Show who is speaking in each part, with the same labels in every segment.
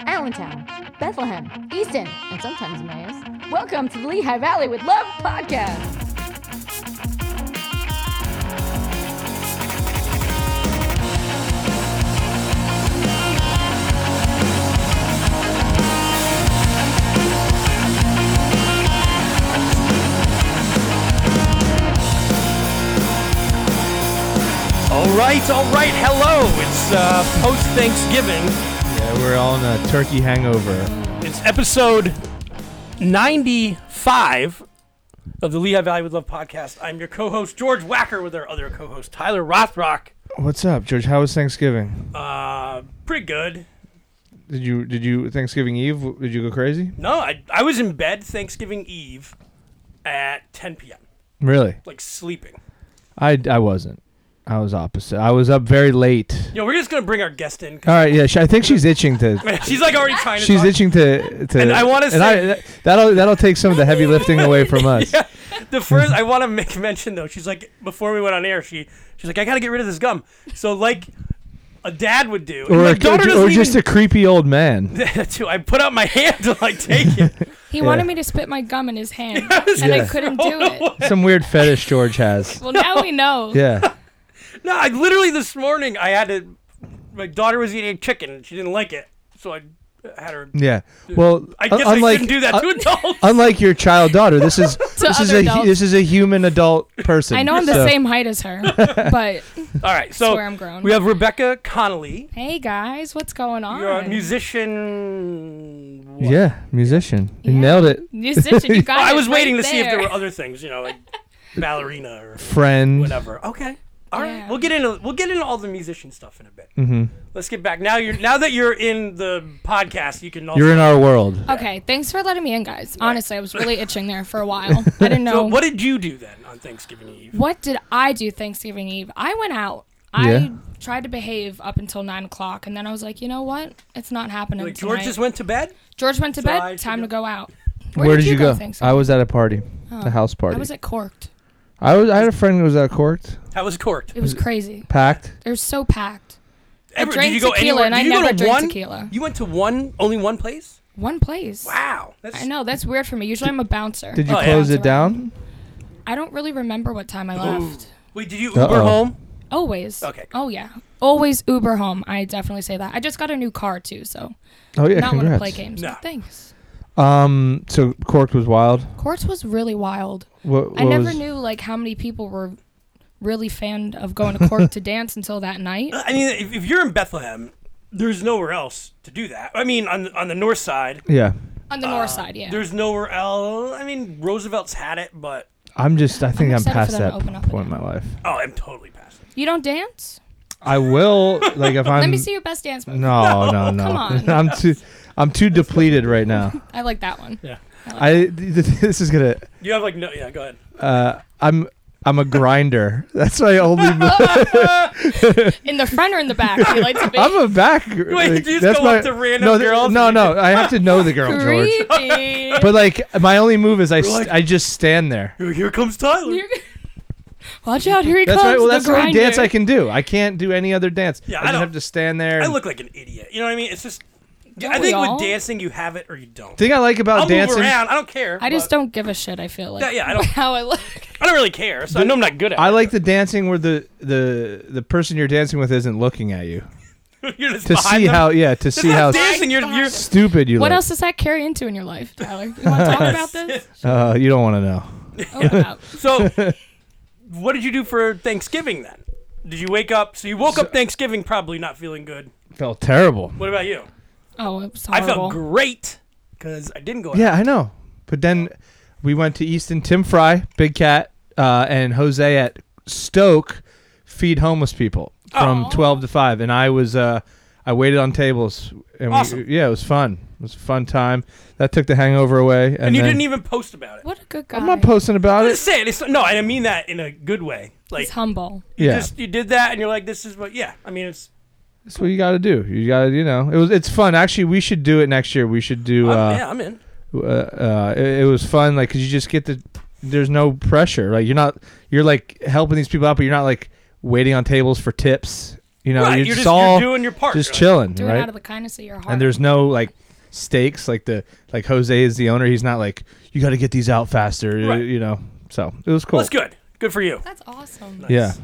Speaker 1: Allentown, Bethlehem, Easton, and sometimes Emmaus. Welcome to the Lehigh Valley with Love podcast.
Speaker 2: All right, all right. Hello. It's uh, post Thanksgiving.
Speaker 3: Yeah, we're all in a turkey hangover.
Speaker 2: It's episode 95 of the Lehigh Valley with Love podcast. I'm your co host, George Wacker, with our other co host, Tyler Rothrock.
Speaker 3: What's up, George? How was Thanksgiving?
Speaker 2: Uh, pretty good.
Speaker 3: Did you did you Thanksgiving Eve? w- Did you go crazy?
Speaker 2: No, I, I was in bed Thanksgiving Eve at 10 p.m.,
Speaker 3: Really?
Speaker 2: like sleeping.
Speaker 3: I, I wasn't. I was opposite. I was up very late.
Speaker 2: Yo, we're just going to bring our guest in.
Speaker 3: All right. Yeah, she, I think she's itching to.
Speaker 2: She's like already trying to
Speaker 3: She's
Speaker 2: talk.
Speaker 3: itching to. to
Speaker 2: And I wanna say-
Speaker 3: I- that'll that'll take some of the heavy lifting away from us.
Speaker 2: Yeah. The first I want to make mention though, she's like before we went on air, she she's like I gotta get rid of this gum. So like a dad would do, and
Speaker 3: Or,
Speaker 2: my
Speaker 3: a-
Speaker 2: daughter
Speaker 3: or
Speaker 2: doesn't
Speaker 3: just a
Speaker 2: even
Speaker 3: creepy old man.
Speaker 2: that too. I put out my hand to like take it.
Speaker 4: He wanted
Speaker 3: Yeah.
Speaker 4: me to spit my gum in his hand,
Speaker 2: Yes. Oh,
Speaker 4: and
Speaker 3: Yeah.
Speaker 4: I couldn't do it.
Speaker 3: Some weird fetish George has.
Speaker 4: Well, now we know.
Speaker 3: Yeah.
Speaker 2: No, I literally this morning I had to. My daughter was eating chicken and she didn't like it, so I had her.
Speaker 3: Yeah. Well,
Speaker 2: I guess I
Speaker 3: unlike uh,
Speaker 2: shouldn't do that
Speaker 3: un-
Speaker 2: to adults.
Speaker 3: unlike your child daughter, this is this is
Speaker 4: other
Speaker 3: a hu-
Speaker 4: adults.
Speaker 3: this is a human adult person.
Speaker 4: I know I'm the
Speaker 3: so-
Speaker 4: same height as her, but
Speaker 2: All right, so
Speaker 4: swear I'm grown.
Speaker 2: we have Rebecca Connolly.
Speaker 4: hey guys, what's going on?
Speaker 2: You're a musician. what?
Speaker 3: Yeah, musician. You
Speaker 4: Yeah.
Speaker 3: nailed it.
Speaker 4: Musician, you got
Speaker 2: I
Speaker 4: it
Speaker 2: was
Speaker 4: right
Speaker 2: waiting to see if there
Speaker 4: there.
Speaker 2: were other things, you know, like ballerina or
Speaker 3: Friend.
Speaker 2: whatever. Okay. All right.
Speaker 4: Yeah.
Speaker 2: We'll get into we'll get into all the musician stuff in a bit.
Speaker 3: Mhm.
Speaker 2: Let's get back. Now you're now that you're in the podcast, you can also
Speaker 3: You're in our world.
Speaker 4: Okay, thanks for letting me in, guys. Honestly, I was really itching there for a while. I didn't know
Speaker 2: So what did you do then on Thanksgiving Eve?
Speaker 4: what did I do Thanksgiving Eve? I went out.
Speaker 3: Yeah.
Speaker 4: I tried to behave up until nine o'clock, and then I was like, you know what? It's not happening.
Speaker 2: Like George
Speaker 4: tonight.
Speaker 2: just went to bed?
Speaker 4: George went to
Speaker 2: So
Speaker 4: bed.
Speaker 2: I should
Speaker 4: Time
Speaker 2: go-
Speaker 4: to go out.
Speaker 3: Where, did you go?
Speaker 4: Thanksgiving?
Speaker 3: I was at a party, a house party.
Speaker 4: Oh. I was at Corked.
Speaker 3: I was. I had a friend who was at Corked,
Speaker 2: That was corked.
Speaker 4: It was crazy.
Speaker 3: packed.
Speaker 4: They were so packed.
Speaker 2: Ever-
Speaker 4: drank
Speaker 2: did you go anywhere?
Speaker 4: tequila, and
Speaker 2: did
Speaker 4: I
Speaker 2: you go
Speaker 4: never
Speaker 2: to
Speaker 4: drink
Speaker 2: one?
Speaker 4: tequila.
Speaker 2: You went to one only one place?
Speaker 4: One place.
Speaker 2: Wow. That's
Speaker 4: I know that's weird for me. Usually I'm a bouncer.
Speaker 3: Did you
Speaker 2: Oh, yeah.
Speaker 3: close
Speaker 4: Bounce
Speaker 3: it down?
Speaker 4: around. I don't really remember what time I left.
Speaker 2: Wait, did you Uber
Speaker 3: Uh-oh.
Speaker 2: home?
Speaker 4: Always.
Speaker 2: Okay.
Speaker 4: Oh yeah. Always Uber home. I definitely say that. I just got a new car too, so
Speaker 3: Oh yeah,
Speaker 4: not want to
Speaker 3: congrats.
Speaker 4: play games.
Speaker 2: No.
Speaker 4: but Thanks.
Speaker 3: Um. So Corked was wild.
Speaker 4: Courts was really wild.
Speaker 3: What, what
Speaker 4: I never
Speaker 3: was,
Speaker 4: knew like how many people were really fan of going to court to dance until that night.
Speaker 2: I mean, if, if you're in Bethlehem, there's nowhere else to do that. I mean, on on the north side,
Speaker 3: Yeah.
Speaker 4: On the
Speaker 2: Uh,
Speaker 4: north side, yeah.
Speaker 2: there's nowhere else. I mean, Roosevelt's had it, but
Speaker 3: I'm just. I think I'm,
Speaker 4: excited for
Speaker 3: past
Speaker 4: them to
Speaker 3: that
Speaker 4: open up
Speaker 3: point in my
Speaker 4: again.
Speaker 3: life.
Speaker 2: oh, I'm totally past it.
Speaker 4: You don't dance?
Speaker 3: I will. Like if I'm.
Speaker 4: Let me see your best dance move.
Speaker 3: No, no, no.
Speaker 4: Come on.
Speaker 3: I'm too. I'm too depleted right now.
Speaker 4: I like that one.
Speaker 2: Yeah.
Speaker 3: I. This is gonna.
Speaker 2: You have like no. Yeah, go ahead.
Speaker 3: Uh, I'm. I'm a grinder. That's my only. move.
Speaker 4: In the front or in the back? Do you like to be
Speaker 3: I'm a back. Wait,
Speaker 2: did you just go up to random
Speaker 3: no, th-
Speaker 2: girls
Speaker 3: No,
Speaker 2: and-
Speaker 3: no, I have to know the girl, George.
Speaker 4: creepy.
Speaker 3: But like, my only move is I, st-
Speaker 2: like-
Speaker 3: I just stand there.
Speaker 2: Here, here comes Tyler.
Speaker 4: You're- Watch out! Here he
Speaker 3: That's
Speaker 4: comes.
Speaker 3: right. Well, that's the
Speaker 4: the
Speaker 3: only dance I
Speaker 4: grinder.
Speaker 3: can do. I can't do any other dance.
Speaker 2: Yeah,
Speaker 3: I,
Speaker 2: I
Speaker 3: just
Speaker 2: don't-
Speaker 3: have to stand there.
Speaker 2: I
Speaker 3: and-
Speaker 2: look like an idiot. You know what I mean? It's just. I
Speaker 4: we
Speaker 2: think
Speaker 4: all?
Speaker 2: with dancing, you have it or you don't.
Speaker 3: thing I like about
Speaker 2: I'll
Speaker 3: dancing.
Speaker 2: move around. I don't care.
Speaker 4: I just
Speaker 2: but
Speaker 4: don't give a shit. I feel like
Speaker 2: Yeah, yeah, I don't-
Speaker 4: how I look.
Speaker 2: I don't really care. So I know I'm not good at.
Speaker 3: I
Speaker 2: it.
Speaker 3: like the dancing where the, the the person you're dancing with isn't looking at you
Speaker 2: You're just
Speaker 3: to
Speaker 2: behind
Speaker 3: see
Speaker 2: them.
Speaker 3: how yeah to
Speaker 2: That's
Speaker 3: see
Speaker 2: not
Speaker 3: how
Speaker 2: dancing. You're, you're
Speaker 3: stupid you
Speaker 4: What
Speaker 3: look.
Speaker 4: else does that carry into in your life, Tyler? You want to talk about this?
Speaker 3: Uh, you don't want to know.
Speaker 4: Oh, wow.
Speaker 2: so. What did you do for Thanksgiving then? Did you wake up? So you woke up Thanksgiving probably not feeling good.
Speaker 3: Felt terrible.
Speaker 2: What about you?
Speaker 4: oh, it was
Speaker 2: I
Speaker 4: horrible.
Speaker 2: felt great because I didn't go. Out.
Speaker 3: Yeah, I know. But then we went to Easton. Tim Fry, Big Cat, uh, and Jose at Stoke feed homeless people from
Speaker 4: Aw.
Speaker 3: twelve to five, and I was uh, I waited on tables. And we-
Speaker 2: Awesome.
Speaker 3: yeah, it was fun. It was a fun time. That took the hangover away. And,
Speaker 2: and you
Speaker 3: then-
Speaker 2: didn't even post about it.
Speaker 4: What a good guy.
Speaker 3: I'm not posting about
Speaker 2: I'm
Speaker 3: it.
Speaker 2: just saying. It's, no, and I mean that in a good way. Like
Speaker 4: He's humble.
Speaker 2: you
Speaker 3: Yeah,
Speaker 2: just you did that, and you're like, this is what. Yeah, I mean, it's.
Speaker 3: that's what you got to do. You got to, you know, it was it's fun. Actually, we should do it next year. We should do.
Speaker 2: I'm-
Speaker 3: Uh,
Speaker 2: Oh, yeah, I'm in.
Speaker 3: uh, uh, it, it was fun. Like, cause you just get the there's no pressure. Like you're not you're like helping these people out, but you're not like waiting on tables for tips. You know,
Speaker 2: right, you're
Speaker 3: you're, just
Speaker 2: just
Speaker 3: all
Speaker 2: you're doing your part.
Speaker 3: just
Speaker 2: You're like,
Speaker 3: chilling,
Speaker 4: Do it out
Speaker 3: right?
Speaker 4: of the kindness of your heart.
Speaker 3: And there's no like stakes. Like the like Jose is the owner. He's not like you got to get these out faster. you-
Speaker 2: Right.
Speaker 3: You know. So it was cool.
Speaker 2: well, that's good. Good for you.
Speaker 4: That's awesome.
Speaker 3: Yeah.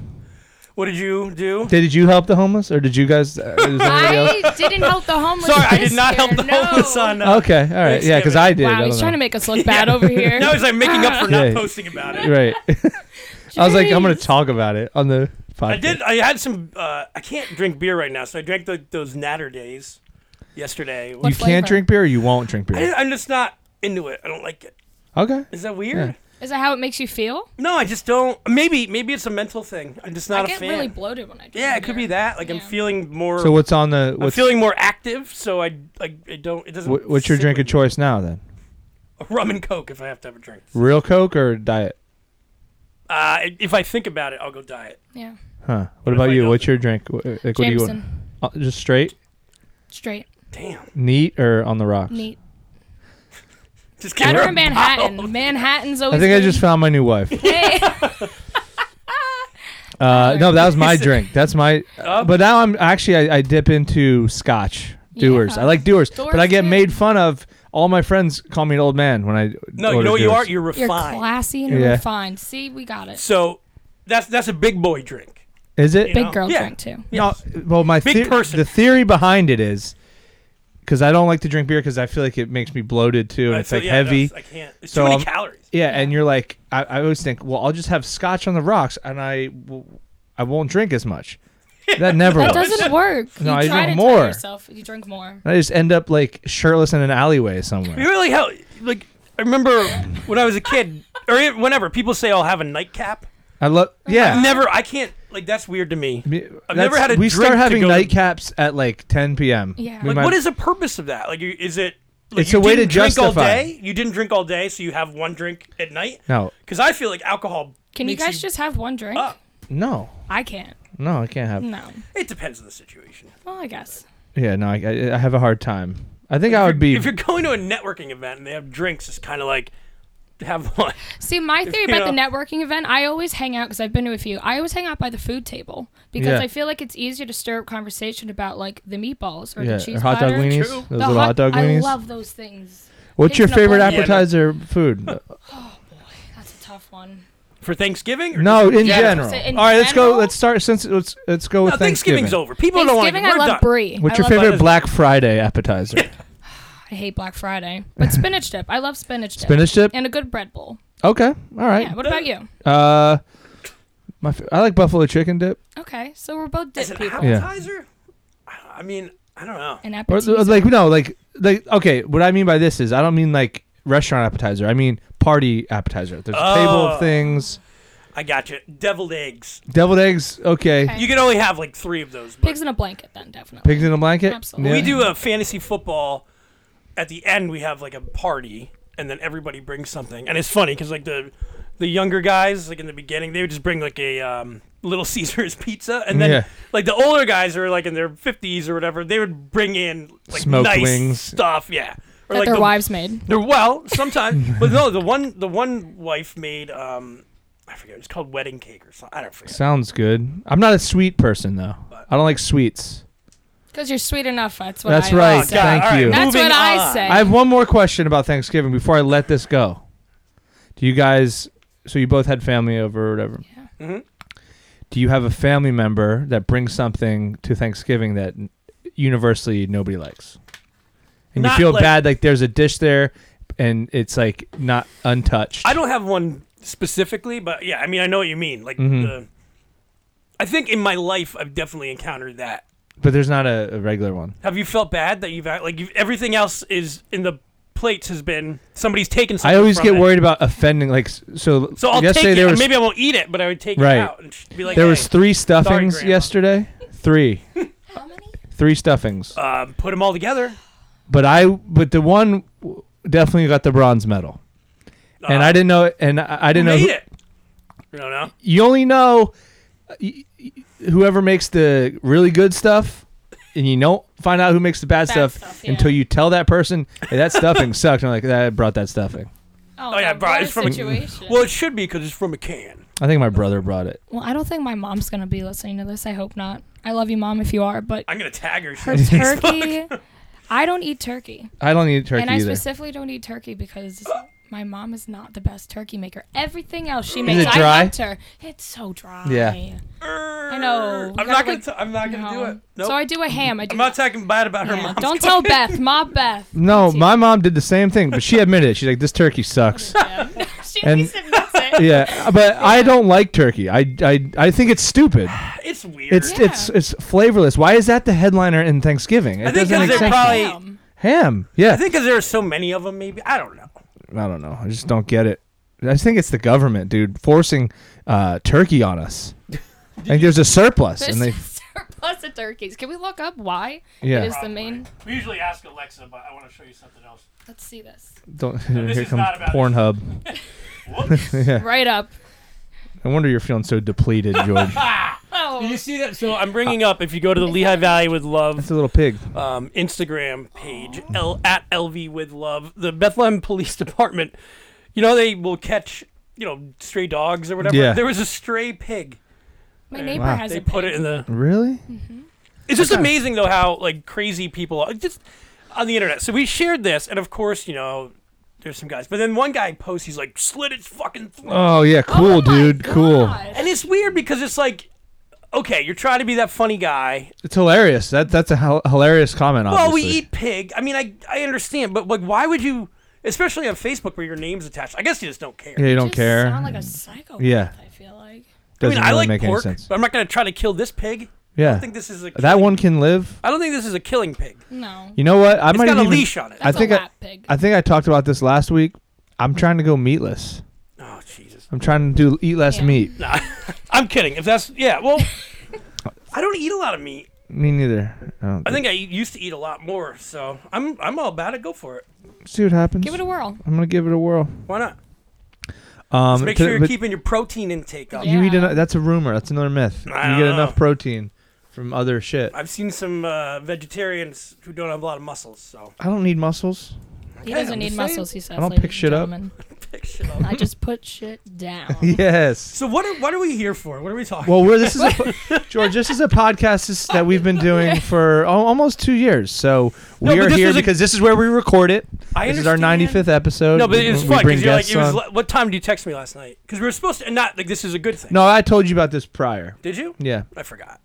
Speaker 2: What did you do?
Speaker 3: Did you help the homeless or did you guys? Uh, was anybody else?
Speaker 4: I didn't help the homeless.
Speaker 2: Sorry, I
Speaker 4: this
Speaker 2: did not help
Speaker 4: year,
Speaker 2: the
Speaker 4: no.
Speaker 2: homeless on. Uh,
Speaker 3: Okay. All right. Yeah, because I did. I
Speaker 4: Wow,
Speaker 3: don't
Speaker 4: he's trying
Speaker 3: know.
Speaker 4: to make us look bad over here.
Speaker 2: Now he's like making up for
Speaker 3: Yeah.
Speaker 2: not posting about it.
Speaker 3: right. I was like, I'm gonna
Speaker 4: Jeez.
Speaker 3: talk about it on the podcast.
Speaker 2: I did. I had some. Uh, I can't drink beer right now, so I drank the, those Natter days yesterday.
Speaker 3: You
Speaker 4: flavor?
Speaker 3: can't drink beer. or You won't drink
Speaker 2: I,
Speaker 3: beer.
Speaker 2: didn't- I'm just not into it. I don't like it.
Speaker 3: Okay.
Speaker 2: Is that weird?
Speaker 3: Yeah.
Speaker 4: Is that how it makes you feel?
Speaker 2: No, I just don't. Maybe maybe it's a mental thing. I'm just not
Speaker 4: I
Speaker 2: a
Speaker 4: get
Speaker 2: fan.
Speaker 4: really bloated when I drink.
Speaker 2: yeah, it could be
Speaker 4: beer.
Speaker 2: that. Like I'm
Speaker 4: Yeah.
Speaker 2: feeling more.
Speaker 3: So what's on the
Speaker 2: I'm
Speaker 3: what's
Speaker 2: feeling more active, so I like I don't. It doesn't.
Speaker 3: wh- what's your
Speaker 2: sit
Speaker 3: drink
Speaker 2: with
Speaker 3: of
Speaker 2: me.
Speaker 3: choice now then?
Speaker 2: Rum and coke, if I have to have a drink.
Speaker 3: Real Coke or diet?
Speaker 2: Uh, if I think about it, I'll go diet.
Speaker 4: Yeah.
Speaker 3: Huh? What
Speaker 2: if
Speaker 3: about
Speaker 2: I
Speaker 3: you?
Speaker 2: don't?
Speaker 3: What's your drink? Wh- Like, what do you want?
Speaker 4: Jameson,
Speaker 3: Uh, Just straight,
Speaker 4: straight,
Speaker 2: Damn.
Speaker 3: neat, or on the rocks?
Speaker 4: neat.
Speaker 2: Just Oh,
Speaker 4: Now
Speaker 2: kidding.
Speaker 4: we're in Manhattan. Manhattan's always.
Speaker 3: I think I
Speaker 4: been-
Speaker 3: just found my new wife.
Speaker 4: Hey,
Speaker 3: Uh, no, that was my drink. That's my.
Speaker 2: Oh.
Speaker 3: But now I'm actually I, I dip into Scotch Doers.
Speaker 4: Yeah.
Speaker 3: I like Doers, but
Speaker 4: Doers
Speaker 3: I get
Speaker 4: too.
Speaker 3: made fun of. All my friends call me an old man when I
Speaker 2: No, you
Speaker 3: order
Speaker 2: know what you
Speaker 3: Doers.
Speaker 2: are. You're
Speaker 4: you're
Speaker 2: refined.
Speaker 4: classy and
Speaker 3: Yeah.
Speaker 4: refined. See, we got it.
Speaker 2: so that's that's a big boy drink.
Speaker 3: Is it?
Speaker 4: Big
Speaker 2: know?
Speaker 4: girl
Speaker 2: Yeah.
Speaker 4: drink too.
Speaker 3: No, well, my
Speaker 2: Big
Speaker 3: the-
Speaker 2: person.
Speaker 3: the theory behind it is because I don't like to drink beer because I feel like it makes me bloated too, and
Speaker 2: I
Speaker 3: it's
Speaker 2: feel-
Speaker 3: like
Speaker 2: yeah, no,
Speaker 3: heavy.
Speaker 2: it's- I can't. It's
Speaker 3: So,
Speaker 2: too many
Speaker 3: um,
Speaker 2: calories.
Speaker 3: yeah, and you're like, I, I always think, well, I'll just have Scotch on the rocks, and I, w- I won't drink as much. That never
Speaker 4: That
Speaker 3: works.
Speaker 4: doesn't work.
Speaker 3: No, I
Speaker 4: you try
Speaker 3: drink
Speaker 4: to
Speaker 3: more.
Speaker 4: tell yourself you drink more.
Speaker 3: And I just end up like shirtless in an alleyway
Speaker 2: You
Speaker 3: somewhere.
Speaker 2: really how like I remember when I was a kid or e- whenever people say I'll have a nightcap.
Speaker 3: I love, yeah.
Speaker 2: Never, I can't. Like that's weird to me.
Speaker 3: Me-
Speaker 2: I've
Speaker 3: that's-
Speaker 2: never had a
Speaker 3: We
Speaker 2: drink
Speaker 3: start
Speaker 2: to
Speaker 3: having
Speaker 2: go to-
Speaker 3: nightcaps at like 10 p.m.
Speaker 4: Yeah.
Speaker 3: We
Speaker 2: Like
Speaker 3: might-
Speaker 2: what is the purpose of that? Like you, is it? Like,
Speaker 3: It's
Speaker 2: you
Speaker 3: a way to
Speaker 2: didn't drink all
Speaker 3: justify.
Speaker 2: day. You didn't drink all day, so you have one drink at night.
Speaker 3: no,
Speaker 2: Because I feel like alcohol.
Speaker 4: Can you
Speaker 2: makes
Speaker 4: guys just have one drink?
Speaker 2: up.
Speaker 3: no,
Speaker 4: I can't.
Speaker 3: no? I can't have.
Speaker 4: No.
Speaker 2: It depends on the situation.
Speaker 4: Well, I guess.
Speaker 3: Yeah, no, I, I, I have a hard time. I think I would be.
Speaker 2: If you're going to a networking event and they have drinks, it's kind of like have one.
Speaker 4: See, my theory
Speaker 2: you
Speaker 4: about the
Speaker 2: know.
Speaker 4: networking event, I always hang out because I've been to a few. I always hang out by the food table because
Speaker 3: Yeah.
Speaker 4: I feel like it's easier to stir up conversation about like the meatballs or
Speaker 3: yeah,
Speaker 4: the cheese
Speaker 3: hot dog
Speaker 4: platter.
Speaker 3: weenies.
Speaker 2: True.
Speaker 3: Those little hot, dog
Speaker 4: I
Speaker 3: weenies.
Speaker 4: love those things.
Speaker 3: What's your
Speaker 4: Pigs in a
Speaker 3: favorite
Speaker 4: bowl. Yeah,
Speaker 2: no.
Speaker 3: appetizer food?
Speaker 4: That's a tough one.
Speaker 2: For Thanksgiving? Or
Speaker 3: no,
Speaker 2: just
Speaker 3: in
Speaker 4: Yeah,
Speaker 3: general.
Speaker 4: so in
Speaker 3: All right, let's go.
Speaker 4: general-
Speaker 3: Let's start since let's let's go with
Speaker 2: No,
Speaker 3: Thanksgiving.
Speaker 2: Thanksgiving's over. People don't want to.
Speaker 4: Thanksgiving, I love
Speaker 2: done.
Speaker 4: brie.
Speaker 3: What's
Speaker 4: I
Speaker 3: your
Speaker 4: love-
Speaker 3: favorite Black Friday appetizer?
Speaker 4: I hate Black Friday, but spinach dip. I love spinach dip.
Speaker 3: Spinach dip.
Speaker 4: and a good bread bowl.
Speaker 3: Okay, all
Speaker 4: Yeah.
Speaker 3: right.
Speaker 4: What about you?
Speaker 3: Uh, my f- I like buffalo chicken dip.
Speaker 4: Okay, so we're both
Speaker 2: As
Speaker 4: dip
Speaker 2: an
Speaker 4: people.
Speaker 3: Yeah.
Speaker 2: appetizer? I I mean, I don't know.
Speaker 4: An
Speaker 3: Or uh,
Speaker 4: appetizer.
Speaker 3: like no, like like okay. What I mean by this is I don't mean like restaurant appetizer. I mean party appetizer. There's a table
Speaker 2: Oh.
Speaker 3: of things.
Speaker 2: I got you. Deviled eggs.
Speaker 3: Deviled eggs. Okay.
Speaker 4: Okay.
Speaker 2: You can only have like three of those. But
Speaker 4: Pigs in a blanket, then definitely.
Speaker 3: Pigs in a blanket.
Speaker 4: Absolutely.
Speaker 2: We do a fantasy football. At the end, we have like a party, and then everybody brings something. And it's funny because like the the younger guys, like in the beginning, they would just bring like a um, Little Caesars pizza, and then
Speaker 3: Yeah.
Speaker 2: like the older guys who are like in their fifties or whatever, they would bring in like
Speaker 3: Smoked
Speaker 2: nice
Speaker 3: wings.
Speaker 2: stuff. Yeah, or
Speaker 4: That
Speaker 2: like
Speaker 4: their
Speaker 2: the-
Speaker 4: wives made.
Speaker 2: They're well, sometimes, but no. The one, the one wife made, um, I forget. It's called wedding cake or something. I don't forget.
Speaker 3: Sounds good. I'm not a sweet person though. I don't like sweets.
Speaker 4: Because you're sweet enough. That's what
Speaker 3: That's
Speaker 4: I
Speaker 3: right.
Speaker 4: Say.
Speaker 3: God, Thank
Speaker 2: Oh, all right,
Speaker 3: you.
Speaker 4: That's
Speaker 2: moving
Speaker 4: what I
Speaker 2: on.
Speaker 4: say.
Speaker 3: I have one more question about Thanksgiving before I let this go. Do you guys? So you both had family over or whatever.
Speaker 4: Yeah.
Speaker 2: Mhm.
Speaker 3: Do you have a family member that brings something to Thanksgiving that n- universally nobody likes, and you
Speaker 2: Not
Speaker 3: feel
Speaker 2: like-
Speaker 3: bad like there's a dish there, and it's like not untouched?
Speaker 2: I don't have one specifically, but yeah, I mean, I know what you mean. Like,
Speaker 3: Mhm.
Speaker 2: the, I think in my life, I've definitely encountered that.
Speaker 3: but there's not a, a regular one.
Speaker 2: Have you felt bad that you've act- like you've, everything else is in the plates has been somebody's taken? Something
Speaker 3: I always
Speaker 2: from
Speaker 3: get
Speaker 2: it.
Speaker 3: worried about offending. Like s- so.
Speaker 2: So I'll
Speaker 3: yesterday
Speaker 2: take
Speaker 3: there
Speaker 2: it.
Speaker 3: was
Speaker 2: Maybe I won't eat it, but I would take
Speaker 3: Right.
Speaker 2: it out and just be like,
Speaker 3: there
Speaker 2: hey,
Speaker 3: was three stuffings
Speaker 2: Grandma.
Speaker 3: yesterday. Three,
Speaker 4: How many?
Speaker 3: three stuffings.
Speaker 2: um, put them all together.
Speaker 3: but I but the one w- definitely got the bronze medal, and
Speaker 2: Uh,
Speaker 3: I didn't know. And I, I didn't know.
Speaker 2: made
Speaker 3: who-
Speaker 2: it. You don't know.
Speaker 3: You only know uh, y- y- whoever makes the really good stuff, and you don't find out who makes the bad,
Speaker 4: Bad
Speaker 3: stuff,
Speaker 4: stuff, yeah.
Speaker 3: until you tell that person hey, that stuffing sucked. And I'm like, I brought that stuffing.
Speaker 4: Oh,
Speaker 2: yeah,
Speaker 4: God,
Speaker 2: bro,
Speaker 4: what a
Speaker 2: it's from-
Speaker 4: situation.
Speaker 2: Well, it should be because it's from a can.
Speaker 3: I think my brother brought it.
Speaker 4: Well, I don't think my mom's gonna be listening to this. I hope not. I love you, mom, if you are, but
Speaker 2: I'm gonna tag her.
Speaker 4: her
Speaker 2: shit.
Speaker 4: turkey. I don't eat turkey,
Speaker 3: I don't eat turkey
Speaker 4: and I
Speaker 3: either.
Speaker 4: specifically don't eat turkey because my mom is not the best turkey maker. Everything else she
Speaker 3: it
Speaker 4: makes, I
Speaker 3: dry?
Speaker 4: helped her. It's so dry.
Speaker 3: Yeah.
Speaker 2: I
Speaker 4: know.
Speaker 2: I'm
Speaker 4: You
Speaker 2: not
Speaker 4: gotta,
Speaker 2: gonna.
Speaker 4: like,
Speaker 2: T- I'm not gonna do
Speaker 4: No.
Speaker 2: it. Nope.
Speaker 4: So I do a ham. I do.
Speaker 2: I'm not talking bad about her
Speaker 4: yeah.
Speaker 2: mom.
Speaker 4: Don't tell Beth, mom, Beth.
Speaker 3: no, my mom did the same thing, but she admitted it. She's like, "This turkey sucks."
Speaker 4: she
Speaker 3: And-
Speaker 4: at least admits it.
Speaker 3: yeah, but I don't like turkey. I, I, I think it's stupid.
Speaker 2: It's weird.
Speaker 3: It's
Speaker 4: Yeah.
Speaker 3: it's it's flavorless. Why is that the headliner in Thanksgiving? It
Speaker 2: I think
Speaker 3: doesn't make
Speaker 2: because they're
Speaker 3: sense.
Speaker 2: probably.
Speaker 4: Ham.
Speaker 3: Ham. Yeah.
Speaker 2: I think because there are so many of them. Maybe I don't know.
Speaker 3: I don't know. I just don't get it. I just think it's the government, dude, forcing uh, turkey on us. I think there's a surplus,
Speaker 4: There's
Speaker 3: and they
Speaker 4: surplus of turkeys. Can we look up why
Speaker 3: Yeah.
Speaker 4: it is the main?
Speaker 2: We usually ask Alexa, but I want to show you something else.
Speaker 4: Let's see this.
Speaker 3: don't.
Speaker 2: this
Speaker 3: here
Speaker 2: is
Speaker 3: comes
Speaker 2: not about-
Speaker 3: Pornhub.
Speaker 4: Right up.
Speaker 3: I wonder you're feeling so depleted, George.
Speaker 4: Oh,
Speaker 2: you see that? So I'm bringing up if you go to the Lehigh Valley with
Speaker 3: It's
Speaker 2: Love
Speaker 3: a little pig.
Speaker 2: um, Instagram page L, at LV with Love, the Bethlehem Police Department. You know they will catch you know stray dogs or whatever.
Speaker 3: Yeah.
Speaker 2: There was a stray pig.
Speaker 4: my neighbor
Speaker 3: Wow.
Speaker 4: has
Speaker 2: They
Speaker 4: a
Speaker 2: put
Speaker 4: pig.
Speaker 2: it in the
Speaker 3: Really?
Speaker 4: Mm.
Speaker 2: It's just amazing though how like crazy people are just on the internet. So we shared this, and of course, you know, there's some guys. But then one guy posts, he's like, slit its fucking throat.
Speaker 3: Oh yeah, cool,
Speaker 4: Oh my
Speaker 3: dude. Cool.
Speaker 4: God.
Speaker 2: And it's weird because it's like, okay, you're trying to be that funny guy.
Speaker 3: It's hilarious. That that's a hel- hilarious comment.
Speaker 2: Well,
Speaker 3: Obviously.
Speaker 2: we eat pig. I mean, I I understand, but like, why would you? Especially on Facebook where your name's attached. I guess you just don't care.
Speaker 3: Yeah, you don't
Speaker 4: Just
Speaker 3: care.
Speaker 4: Sound like a psychopath.
Speaker 3: Yeah.
Speaker 4: I feel like.
Speaker 2: I
Speaker 3: Doesn't
Speaker 2: mean, I
Speaker 3: really
Speaker 2: like
Speaker 3: make
Speaker 2: pork,
Speaker 3: any sense.
Speaker 2: but I'm not gonna try to kill this pig. I
Speaker 3: Yeah.
Speaker 2: don't think this is a.
Speaker 3: That
Speaker 2: killing-
Speaker 3: one can live.
Speaker 2: I don't think this is a killing pig.
Speaker 4: No.
Speaker 3: You know what? I
Speaker 2: It's
Speaker 3: might
Speaker 2: got a
Speaker 3: even-
Speaker 2: leash on it.
Speaker 3: I
Speaker 4: That's
Speaker 3: think
Speaker 4: a
Speaker 3: I-
Speaker 4: lap pig.
Speaker 3: I think I talked about this last week. I'm trying to go meatless.
Speaker 2: oh Jesus.
Speaker 3: I'm trying to do eat less
Speaker 4: Yeah.
Speaker 3: meat.
Speaker 2: Nah, I'm kidding. If that's yeah, well, I don't eat a lot of meat.
Speaker 3: Me neither. I, don't
Speaker 2: I think I used to eat a lot more, so I'm I'm all about it. Go for it.
Speaker 3: see what happens.
Speaker 4: Give it a whirl.
Speaker 3: I'm gonna give it a whirl.
Speaker 2: Why not?
Speaker 3: Um,
Speaker 2: Just make
Speaker 3: to-
Speaker 2: sure you're
Speaker 3: but
Speaker 2: keeping your protein intake up.
Speaker 4: Yeah.
Speaker 3: you eat enough. That's a rumor. That's another myth.
Speaker 2: I
Speaker 3: you
Speaker 2: don't
Speaker 3: get
Speaker 2: know.
Speaker 3: enough protein from other shit.
Speaker 2: I've seen some uh, vegetarians who don't have a lot of muscles, so
Speaker 3: I don't need muscles.
Speaker 2: Okay,
Speaker 4: He doesn't
Speaker 2: I'm
Speaker 4: need
Speaker 2: just
Speaker 4: muscles. He says.
Speaker 3: I don't
Speaker 4: ladies
Speaker 3: pick
Speaker 4: and
Speaker 3: shit up.
Speaker 4: gentlemen.
Speaker 2: pick shit up.
Speaker 4: I just put shit down.
Speaker 3: Yes.
Speaker 2: So what are, what are we here for? What are we talking?
Speaker 3: Well, we're this is a, po- George. This is a podcast this- that we've been doing for al- almost two years. So
Speaker 2: No,
Speaker 3: we
Speaker 2: but
Speaker 3: are
Speaker 2: this
Speaker 3: here
Speaker 2: was a-
Speaker 3: because this is where we record it.
Speaker 2: I
Speaker 3: this is our
Speaker 2: understand.
Speaker 3: 95th episode.
Speaker 2: no, but
Speaker 3: We-
Speaker 2: it was
Speaker 3: we
Speaker 2: fun
Speaker 3: bring
Speaker 2: because you're like
Speaker 3: guests
Speaker 2: it was.
Speaker 3: on.
Speaker 2: li- What time did you text me last night? Because we were supposed to, and not like this is a good thing.
Speaker 3: no, I told you about this prior.
Speaker 2: Did you?
Speaker 3: Yeah.
Speaker 2: I forgot.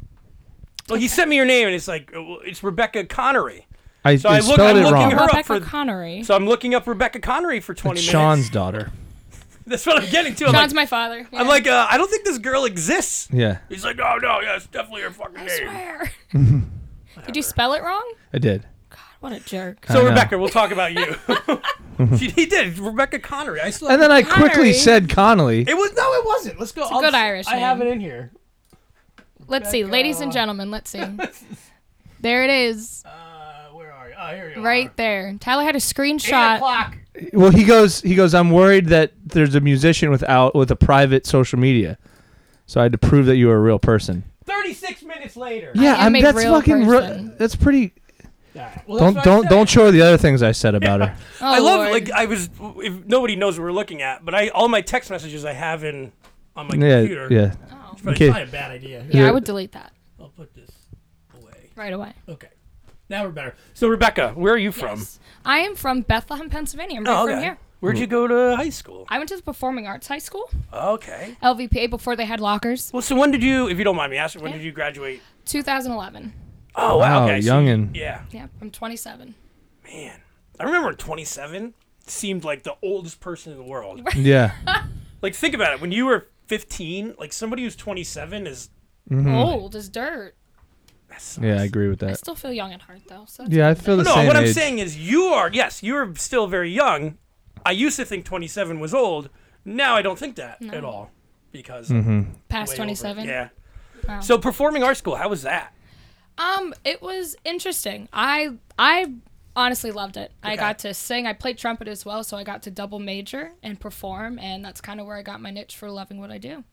Speaker 2: Well, he sent me your name, and it's like uh, well, it's Rebecca Connery.
Speaker 3: I,
Speaker 2: So I
Speaker 3: I
Speaker 2: look-
Speaker 3: spelled
Speaker 2: I'm
Speaker 3: it
Speaker 2: looking
Speaker 3: wrong.
Speaker 2: her up
Speaker 4: Rebecca
Speaker 2: for-
Speaker 4: Connery.
Speaker 2: So I'm looking up Rebecca Connery for 20
Speaker 3: It's
Speaker 2: minutes.
Speaker 3: Sean's daughter.
Speaker 2: That's what I'm getting to. I'm like,
Speaker 4: John's my father.
Speaker 2: I'm
Speaker 4: Yeah.
Speaker 2: like, uh, I don't think this girl exists.
Speaker 3: Yeah,
Speaker 2: He's like, oh no, yeah, it's definitely her fucking
Speaker 4: I
Speaker 2: name.
Speaker 4: swear. Did you spell it wrong?
Speaker 3: I did.
Speaker 4: What a jerk.
Speaker 3: I
Speaker 2: So
Speaker 3: know.
Speaker 2: Rebecca, we'll talk about you. she, he did, Rebecca Connery. I still.
Speaker 3: And then I quickly
Speaker 4: Connery.
Speaker 3: said Connolly.
Speaker 2: it was no, it wasn't. Let's go. It's
Speaker 4: a good Irish
Speaker 2: I have it
Speaker 4: name.
Speaker 2: in here.
Speaker 4: Let's see, ladies and gentlemen. Let's see. There it is,
Speaker 2: Uh, where are you? Oh, here you are.
Speaker 4: right there. Tyler had a
Speaker 2: Eight
Speaker 4: screenshot.
Speaker 2: o'clock.
Speaker 3: Well, he goes. He goes. I'm worried that there's a musician without with a private social media, so I had to prove that you were a real person.
Speaker 2: Thirty-six minutes later.
Speaker 3: Yeah,
Speaker 4: am a
Speaker 3: that's
Speaker 4: real
Speaker 3: fucking.
Speaker 4: person.
Speaker 3: that's pretty.
Speaker 2: Alright, well, that's
Speaker 3: Don't
Speaker 2: what I
Speaker 3: don't
Speaker 2: said.
Speaker 3: don't show her the other things I said about her.
Speaker 4: Oh,
Speaker 2: I love
Speaker 4: Lord.
Speaker 2: like I was. If nobody knows what we're looking at, but I all my text messages I have in on my
Speaker 3: Yeah,
Speaker 2: computer.
Speaker 3: yeah.
Speaker 4: Oh.
Speaker 2: But
Speaker 3: Okay.
Speaker 2: it's probably a bad idea.
Speaker 4: Yeah,
Speaker 3: Yeah.
Speaker 4: I would delete that
Speaker 2: I'll put this away.
Speaker 4: right away.
Speaker 2: Okay. Now we're better. So Rebecca, where are you from?
Speaker 4: Yes. I am from Bethlehem, Pennsylvania. I'm right
Speaker 2: Um, Oh,
Speaker 4: from
Speaker 2: okay.
Speaker 4: here.
Speaker 2: Where'd you go to high school?
Speaker 4: I went to the Performing Arts High School,
Speaker 2: Okay.
Speaker 4: LVPA, before they had lockers.
Speaker 2: Well, so when did you, if you don't mind me asking, when did you graduate?
Speaker 4: 2011.
Speaker 2: Oh,
Speaker 3: Wow,
Speaker 2: okay. so-
Speaker 3: youngin.
Speaker 2: yeah,
Speaker 4: Yeah, I'm 27.
Speaker 2: man. I remember at 27 seemed like the oldest person in the world.
Speaker 3: Yeah.
Speaker 2: Like, think about it. When you were 15, like somebody who's 27 is. Mm-hmm.
Speaker 4: Old as dirt.
Speaker 2: that's-
Speaker 3: Yeah, I agree with
Speaker 4: I
Speaker 3: that.
Speaker 4: still feel young at heart, though. So that's
Speaker 3: Yeah, I feel the
Speaker 2: No,
Speaker 3: same
Speaker 2: what I'm
Speaker 3: age.
Speaker 2: saying is you are, yes, you're still very young. I used to think 27 was old. Now I don't think that at all because. I'm
Speaker 3: Mm-hmm.
Speaker 2: way
Speaker 4: past
Speaker 2: over-
Speaker 4: 27.
Speaker 2: Yeah.
Speaker 4: Wow.
Speaker 2: So performing art school, how was that?
Speaker 4: Um, it was interesting. I I honestly loved it. I
Speaker 2: Okay.
Speaker 4: got to sing. I played trumpet as well, so I got to double major and perform, and that's kind of where I got my niche for loving what I do.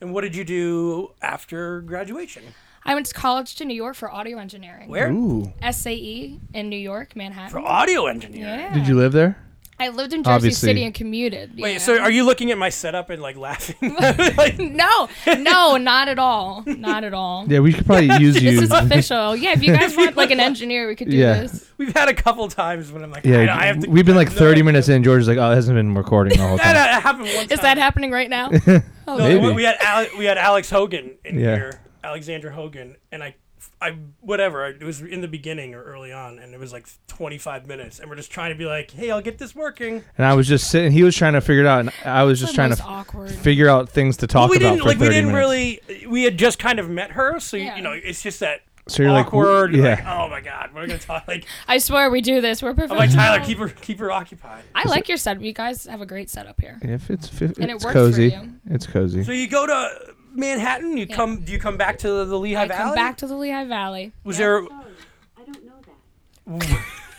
Speaker 2: And what did you do after graduation?
Speaker 4: I went to college to New York for audio engineering.
Speaker 2: Where?
Speaker 3: Ooh,
Speaker 4: SAE in New York, Manhattan.
Speaker 2: For audio engineering.
Speaker 4: Yeah.
Speaker 3: did you live there?
Speaker 4: I lived in Jersey
Speaker 3: Obviously.
Speaker 4: City and commuted. you
Speaker 2: Wait,
Speaker 4: know?
Speaker 2: so are you looking at my setup and like laughing? Like,
Speaker 4: no, no, not at all, not at all.
Speaker 3: Yeah, we could probably use
Speaker 4: This
Speaker 3: you.
Speaker 4: is official. Yeah, if you guys want like an engineer, we could do
Speaker 3: Yeah.
Speaker 4: this.
Speaker 2: we've had a couple times when I'm like, I,
Speaker 3: Yeah,
Speaker 2: I have to.
Speaker 3: we've been like
Speaker 2: no,
Speaker 3: 30 minutes in. George is like, oh, it hasn't been recording the whole
Speaker 2: That,
Speaker 3: time.
Speaker 2: that happened once.
Speaker 4: Is that happening right now? Oh,
Speaker 2: No, we,
Speaker 3: Maybe.
Speaker 2: we had Ale- we had Alex Hogan in
Speaker 3: Yeah.
Speaker 2: here, Alexandra Hogan, and I, I whatever. It was in the beginning or early on, and it was like 25 minutes, and we're just trying to be like, hey, I'll get this working.
Speaker 3: And I was just sitting. He was trying to figure it out, and I was
Speaker 4: That's
Speaker 3: just
Speaker 4: the
Speaker 3: trying
Speaker 4: most
Speaker 3: to
Speaker 4: awkward.
Speaker 3: figure out things to talk
Speaker 2: we
Speaker 3: about
Speaker 2: didn't
Speaker 3: for
Speaker 2: like
Speaker 3: 30
Speaker 2: we didn't
Speaker 3: minutes.
Speaker 2: really. We had just kind of met her, so you-
Speaker 4: Yeah.
Speaker 2: you know, it's just that.
Speaker 3: So you're like,
Speaker 2: awkward.
Speaker 3: w-
Speaker 2: like,
Speaker 3: yeah.
Speaker 2: oh my god, we're gonna talk. Like,
Speaker 4: I swear we do this. We're
Speaker 2: I'm
Speaker 4: professional.
Speaker 2: like Tyler, keep her, keep her occupied.
Speaker 4: I like your setup. You guys have a great setup here.
Speaker 3: If it's fi- it's
Speaker 4: it works for
Speaker 3: cozy,
Speaker 4: you.
Speaker 3: it's cozy.
Speaker 2: So you go to Manhattan. You come. Do you come back to the, the Lehigh
Speaker 4: I
Speaker 2: Valley?
Speaker 4: come back to the Lehigh Valley.
Speaker 2: Was
Speaker 4: Yeah.
Speaker 2: there?
Speaker 5: I don't know that.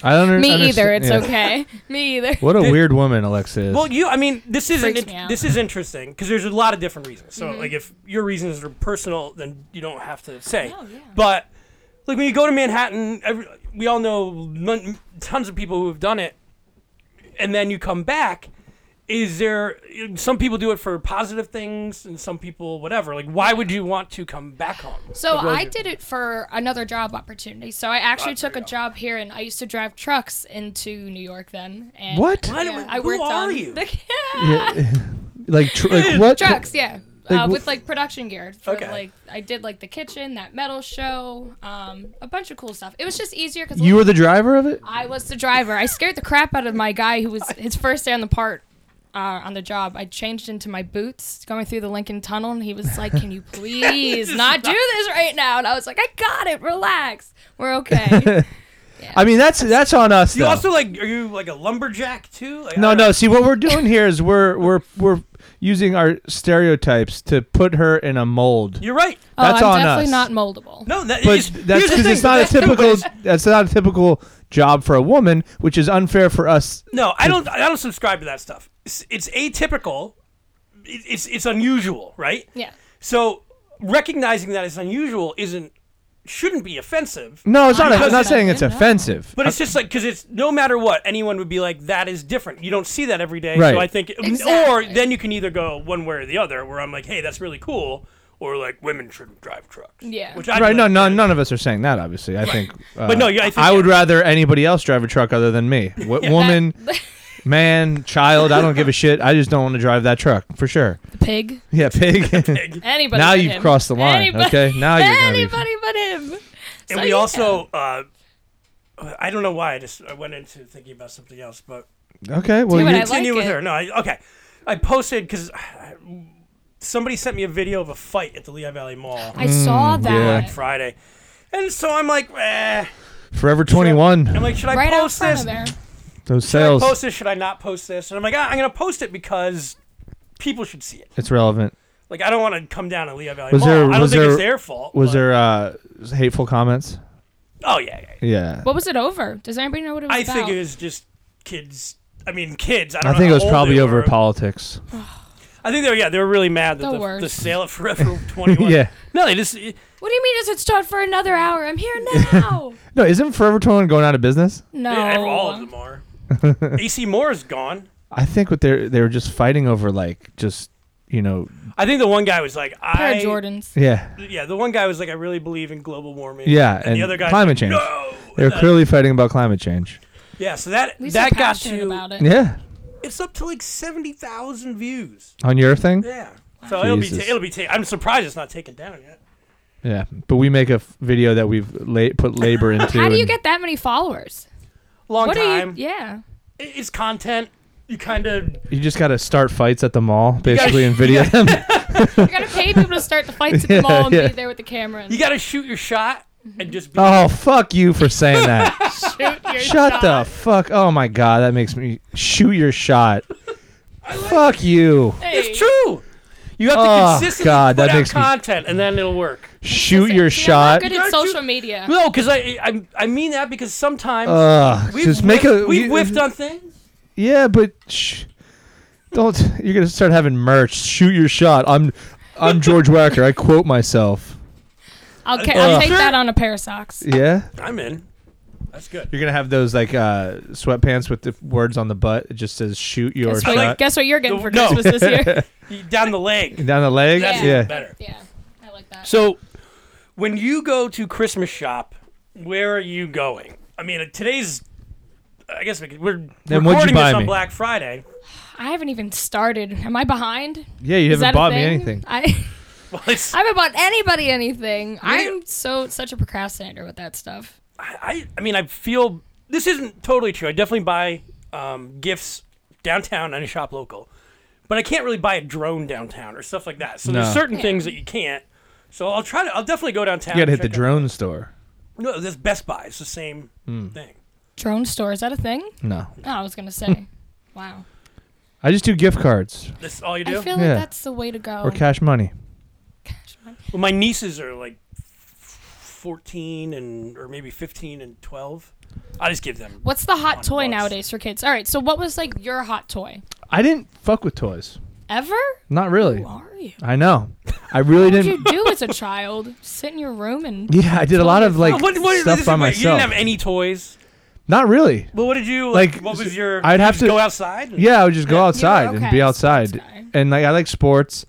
Speaker 3: I don't under-
Speaker 4: Me
Speaker 3: understand-
Speaker 4: either. It's
Speaker 3: yeah.
Speaker 4: okay. Me either.
Speaker 3: What a weird woman Alexa is.
Speaker 2: Well, you. I mean, this is
Speaker 4: Freaks me
Speaker 2: not
Speaker 4: out. Mm-hmm.
Speaker 2: this is interesting because there's a lot of different reasons. So like, if your reasons are personal, then you don't have to say.
Speaker 4: No, Oh, yeah.
Speaker 2: But like when you go to Manhattan, every, we all know mon- tons of people who have done it, and then you come back. Is there some people do it for positive things and some people whatever? Like, why would you want to come back home?
Speaker 4: So
Speaker 2: Like, what was
Speaker 4: I
Speaker 2: your-
Speaker 4: did it for another job opportunity. So I actually
Speaker 2: Oh,
Speaker 4: took a job here, and I used to drive trucks into New York then. And
Speaker 3: What?
Speaker 2: Why do
Speaker 4: Yeah,
Speaker 2: we-
Speaker 4: I
Speaker 2: who
Speaker 4: worked
Speaker 2: are
Speaker 4: on
Speaker 2: you?
Speaker 4: the
Speaker 3: Yeah. like, tr- like what?
Speaker 4: trucks. Yeah.
Speaker 3: Like,
Speaker 4: Uh,
Speaker 3: wh-
Speaker 4: with like production gear for
Speaker 2: Okay.
Speaker 4: like I did like the kitchen, that metal show, um, a bunch of cool stuff. It was just easier because
Speaker 3: You were the driver of it.
Speaker 4: I was the driver. I scared the crap out of my guy who was his first day on the part uh, on the job. I changed into my boots going through the Lincoln Tunnel, and he was like, "Can you please not do this right now?" And I was like, "I got it. Relax. We're okay."
Speaker 3: I mean, that's that's on us.
Speaker 2: You
Speaker 3: though.
Speaker 2: also like are you like a lumberjack too? Like, I
Speaker 3: No,
Speaker 2: don't-
Speaker 3: no. See, what we're doing here is we're we're we're using our stereotypes to put her in a mold.
Speaker 2: You're right.
Speaker 4: oh,
Speaker 3: That's
Speaker 4: I'm
Speaker 3: on
Speaker 4: definitely
Speaker 3: us.
Speaker 4: not moldable.
Speaker 2: No, that
Speaker 3: But
Speaker 2: is-
Speaker 3: that's
Speaker 2: here's the
Speaker 3: because
Speaker 2: thing,
Speaker 3: it's not a
Speaker 2: that's the-
Speaker 3: typical. That's not a typical job for a woman, which is unfair for us.
Speaker 2: No, I don't. I don't subscribe to that stuff. It's, it's atypical. It, it's it's unusual, right?
Speaker 4: Yeah.
Speaker 2: So recognizing that it's unusual isn't shouldn't be offensive.
Speaker 3: No, it's not. I'm
Speaker 2: Because-
Speaker 3: not saying it's
Speaker 4: No.
Speaker 3: offensive.
Speaker 2: But it's just like because it's no matter what anyone would be like that is different. You don't see that every day,
Speaker 3: Right.
Speaker 2: so I think. Or
Speaker 4: Exactly.
Speaker 2: then you can either go one way or the other, where I'm like, hey, that's really cool, or like women shouldn't drive trucks.
Speaker 4: Yeah.
Speaker 2: Which I
Speaker 3: right? No,
Speaker 2: like,
Speaker 3: no, none of us are saying that. Obviously, I think. Uh,
Speaker 2: But no, yeah, I think-
Speaker 3: would rather anybody else drive a truck other than me. W- Woman, man, child. I don't give a shit. I just don't want to drive that truck for sure.
Speaker 4: The pig.
Speaker 3: Yeah, pig.
Speaker 4: Anybody.
Speaker 3: now
Speaker 4: but
Speaker 3: you've
Speaker 4: him.
Speaker 3: crossed the line.
Speaker 4: Anybody,
Speaker 3: Okay, now you're gonna be-
Speaker 4: anybody but him.
Speaker 2: And
Speaker 4: So,
Speaker 2: we
Speaker 4: yeah.
Speaker 2: also, uh, I don't know why, I just I went into thinking about something else, but
Speaker 3: Okay, well,
Speaker 4: Dude,
Speaker 3: you,
Speaker 4: I like
Speaker 2: continue with
Speaker 4: it.
Speaker 2: her. No, I, okay. I posted because somebody sent me a video of a fight at the Lehigh Valley Mall
Speaker 4: I
Speaker 3: Mm,
Speaker 4: saw that.
Speaker 2: Friday, and so I'm like, eh.
Speaker 3: Forever 21.
Speaker 2: I'm like, should I
Speaker 4: Right out
Speaker 2: post
Speaker 4: front
Speaker 2: this?
Speaker 4: of there.
Speaker 3: Those
Speaker 2: Should I
Speaker 3: sales.
Speaker 2: post this? Should I not post this? And I'm like, ah, I'm gonna post it because people should see it.
Speaker 3: it's relevant.
Speaker 2: Like, I don't want to come down to Lehigh Valley
Speaker 3: Was
Speaker 2: Mall.
Speaker 3: there-
Speaker 2: I don't
Speaker 3: was
Speaker 2: think
Speaker 3: there-
Speaker 2: it's their fault.
Speaker 3: Was
Speaker 2: but-
Speaker 3: there uh, hateful comments?
Speaker 2: Oh yeah, yeah. yeah.
Speaker 3: Yeah.
Speaker 4: What was it over? Does anybody know what it was
Speaker 2: I
Speaker 4: about?
Speaker 2: think it was just kids. I mean, kids. I don't
Speaker 3: I
Speaker 2: know
Speaker 3: think it
Speaker 2: how
Speaker 3: was
Speaker 2: old
Speaker 3: probably
Speaker 2: they
Speaker 3: over
Speaker 2: were.
Speaker 3: politics.
Speaker 2: I think they were. Yeah, they were really mad that
Speaker 4: The
Speaker 2: the, the,
Speaker 4: worst.
Speaker 2: sale at Forever 21.
Speaker 3: Yeah.
Speaker 2: No, they just.
Speaker 4: What do you mean? Does it start for another hour? I'm here now.
Speaker 3: No, isn't Forever 21 going out of business?
Speaker 4: no.
Speaker 2: Yeah, all of them are. AC Moore's gone.
Speaker 3: I think what they they were just fighting over like just you know
Speaker 2: I think the one guy was like, I.
Speaker 4: Pair of Jordans.
Speaker 3: yeah
Speaker 2: Yeah, the one guy was like, I really believe in global warming.
Speaker 3: yeah
Speaker 2: and, the other guy.
Speaker 3: climate change.
Speaker 2: No.
Speaker 3: They were clearly fighting about climate change.
Speaker 2: Yeah, so that
Speaker 4: At least
Speaker 2: that got
Speaker 4: they're passionate
Speaker 2: to
Speaker 4: about it.
Speaker 3: Yeah,
Speaker 2: it's up to like seventy thousand views.
Speaker 3: on your thing.
Speaker 2: Yeah, so it'll be ta-
Speaker 3: Jesus.
Speaker 2: it'll be. Ta- I'm surprised it's not taken down yet.
Speaker 3: Yeah, but we make a f- video that we've la- put labor into.
Speaker 4: How do you
Speaker 3: and-
Speaker 4: get that many followers?
Speaker 2: Long
Speaker 4: What are you?
Speaker 2: time.
Speaker 4: Yeah.
Speaker 2: I- It's content. You kind of
Speaker 3: You just got to start fights at the mall, basically, and video them.
Speaker 4: You gotta pay people to start the fights at the mall and
Speaker 3: yeah.
Speaker 4: be there with the camera. And
Speaker 2: you got to shoot your shot
Speaker 4: Mm-hmm.
Speaker 2: and just be
Speaker 3: Oh, fuck you for saying that.
Speaker 4: shoot your
Speaker 3: Shut
Speaker 4: shot.
Speaker 3: the fuck. Oh my god, that makes me shoot your shot. fuck you.
Speaker 4: Hey,
Speaker 2: It's true. You have to
Speaker 3: Oh,
Speaker 2: consistently
Speaker 3: God,
Speaker 2: put
Speaker 3: that
Speaker 2: out
Speaker 3: makes me-
Speaker 2: content, and then it'll work.
Speaker 3: Shoot
Speaker 4: see,
Speaker 3: your
Speaker 4: see, I'm
Speaker 3: shot.
Speaker 4: not good
Speaker 2: You're
Speaker 4: at social
Speaker 2: too-
Speaker 4: media.
Speaker 2: No, because I, I I mean that because sometimes
Speaker 3: Ugh,
Speaker 2: we've
Speaker 3: just make
Speaker 2: whiffed,
Speaker 3: a
Speaker 2: we've
Speaker 3: you-
Speaker 2: whiffed on things.
Speaker 3: Yeah, but shh. Don't you're going to start having merch. Shoot your shot. I'm I'm George Wacker. I quote myself.
Speaker 4: I'll, ca- I'll
Speaker 3: Uh,
Speaker 4: take
Speaker 2: Sure.
Speaker 4: that on a pair of socks.
Speaker 3: Yeah?
Speaker 2: I'm in. That's good.
Speaker 3: You're gonna have those like uh, sweatpants with the f- words on the butt. It just says "shoot your
Speaker 4: Guess what,
Speaker 3: shot"
Speaker 4: guess what you're getting
Speaker 2: No,
Speaker 4: for
Speaker 2: no.
Speaker 4: Christmas this year?
Speaker 2: You- Down the leg.
Speaker 3: down the leg.
Speaker 4: That's
Speaker 3: yeah.
Speaker 4: even
Speaker 2: Better.
Speaker 4: yeah, I like that.
Speaker 2: So, when you go to Christmas shop, where are you going? I mean, today's. I guess we could, we're
Speaker 3: Then what'd
Speaker 2: recording
Speaker 3: you buy
Speaker 2: this on
Speaker 3: me?
Speaker 2: Black Friday.
Speaker 4: I haven't even started. Am I behind?
Speaker 3: Yeah, you
Speaker 4: Is that
Speaker 3: haven't
Speaker 4: a
Speaker 3: bought me
Speaker 4: thing?
Speaker 3: anything.
Speaker 4: I
Speaker 2: Well, it's,
Speaker 4: I haven't bought anybody anything.
Speaker 2: Really?
Speaker 4: I'm so such a procrastinator with that stuff.
Speaker 2: I, I mean, I feel this isn't totally true. I definitely buy um, gifts downtown and I shop local, but I can't really buy a drone downtown or stuff like that. So
Speaker 3: No.
Speaker 2: there's certain things that you can't. So I'll try to. I'll definitely go downtown.
Speaker 3: You gotta
Speaker 2: and
Speaker 3: hit the
Speaker 2: check
Speaker 3: drone store.
Speaker 2: out- No, this Best Buy. It's the same
Speaker 3: Hmm.
Speaker 2: thing.
Speaker 4: Drone store is that a thing?
Speaker 3: No,
Speaker 4: Oh, I was gonna say. wow.
Speaker 3: I just do gift cards
Speaker 2: That's all you
Speaker 4: I
Speaker 2: do.
Speaker 4: feel
Speaker 3: Yeah.
Speaker 4: like that's the way to go.
Speaker 3: or cash money.
Speaker 4: Gosh, my-
Speaker 2: well, my nieces are like fourteen and or maybe fifteen and twelve. I just give them.
Speaker 4: What's the hot toy
Speaker 2: bucks.
Speaker 4: nowadays for kids? All right, so what was like your hot toy
Speaker 3: I didn't fuck with toys.
Speaker 4: ever?
Speaker 3: Not really.
Speaker 4: Who are you?
Speaker 3: I know. I really
Speaker 4: What you
Speaker 3: didn't.
Speaker 4: do as a child? Sit in your room and
Speaker 3: Yeah, I did a lot of like
Speaker 2: Oh, what, what,
Speaker 3: stuff
Speaker 2: this-
Speaker 3: by
Speaker 2: wait, You
Speaker 3: myself.
Speaker 2: didn't have any toys.
Speaker 3: Not really.
Speaker 2: Well, what did you like?
Speaker 3: Like,
Speaker 2: what was your?
Speaker 3: I'd
Speaker 2: did you
Speaker 3: have
Speaker 2: just
Speaker 3: to-
Speaker 2: go outside. and-
Speaker 3: Yeah, I would just go outside and
Speaker 4: okay,
Speaker 3: be
Speaker 4: sports
Speaker 3: outside.
Speaker 4: guy.
Speaker 3: And like I like sports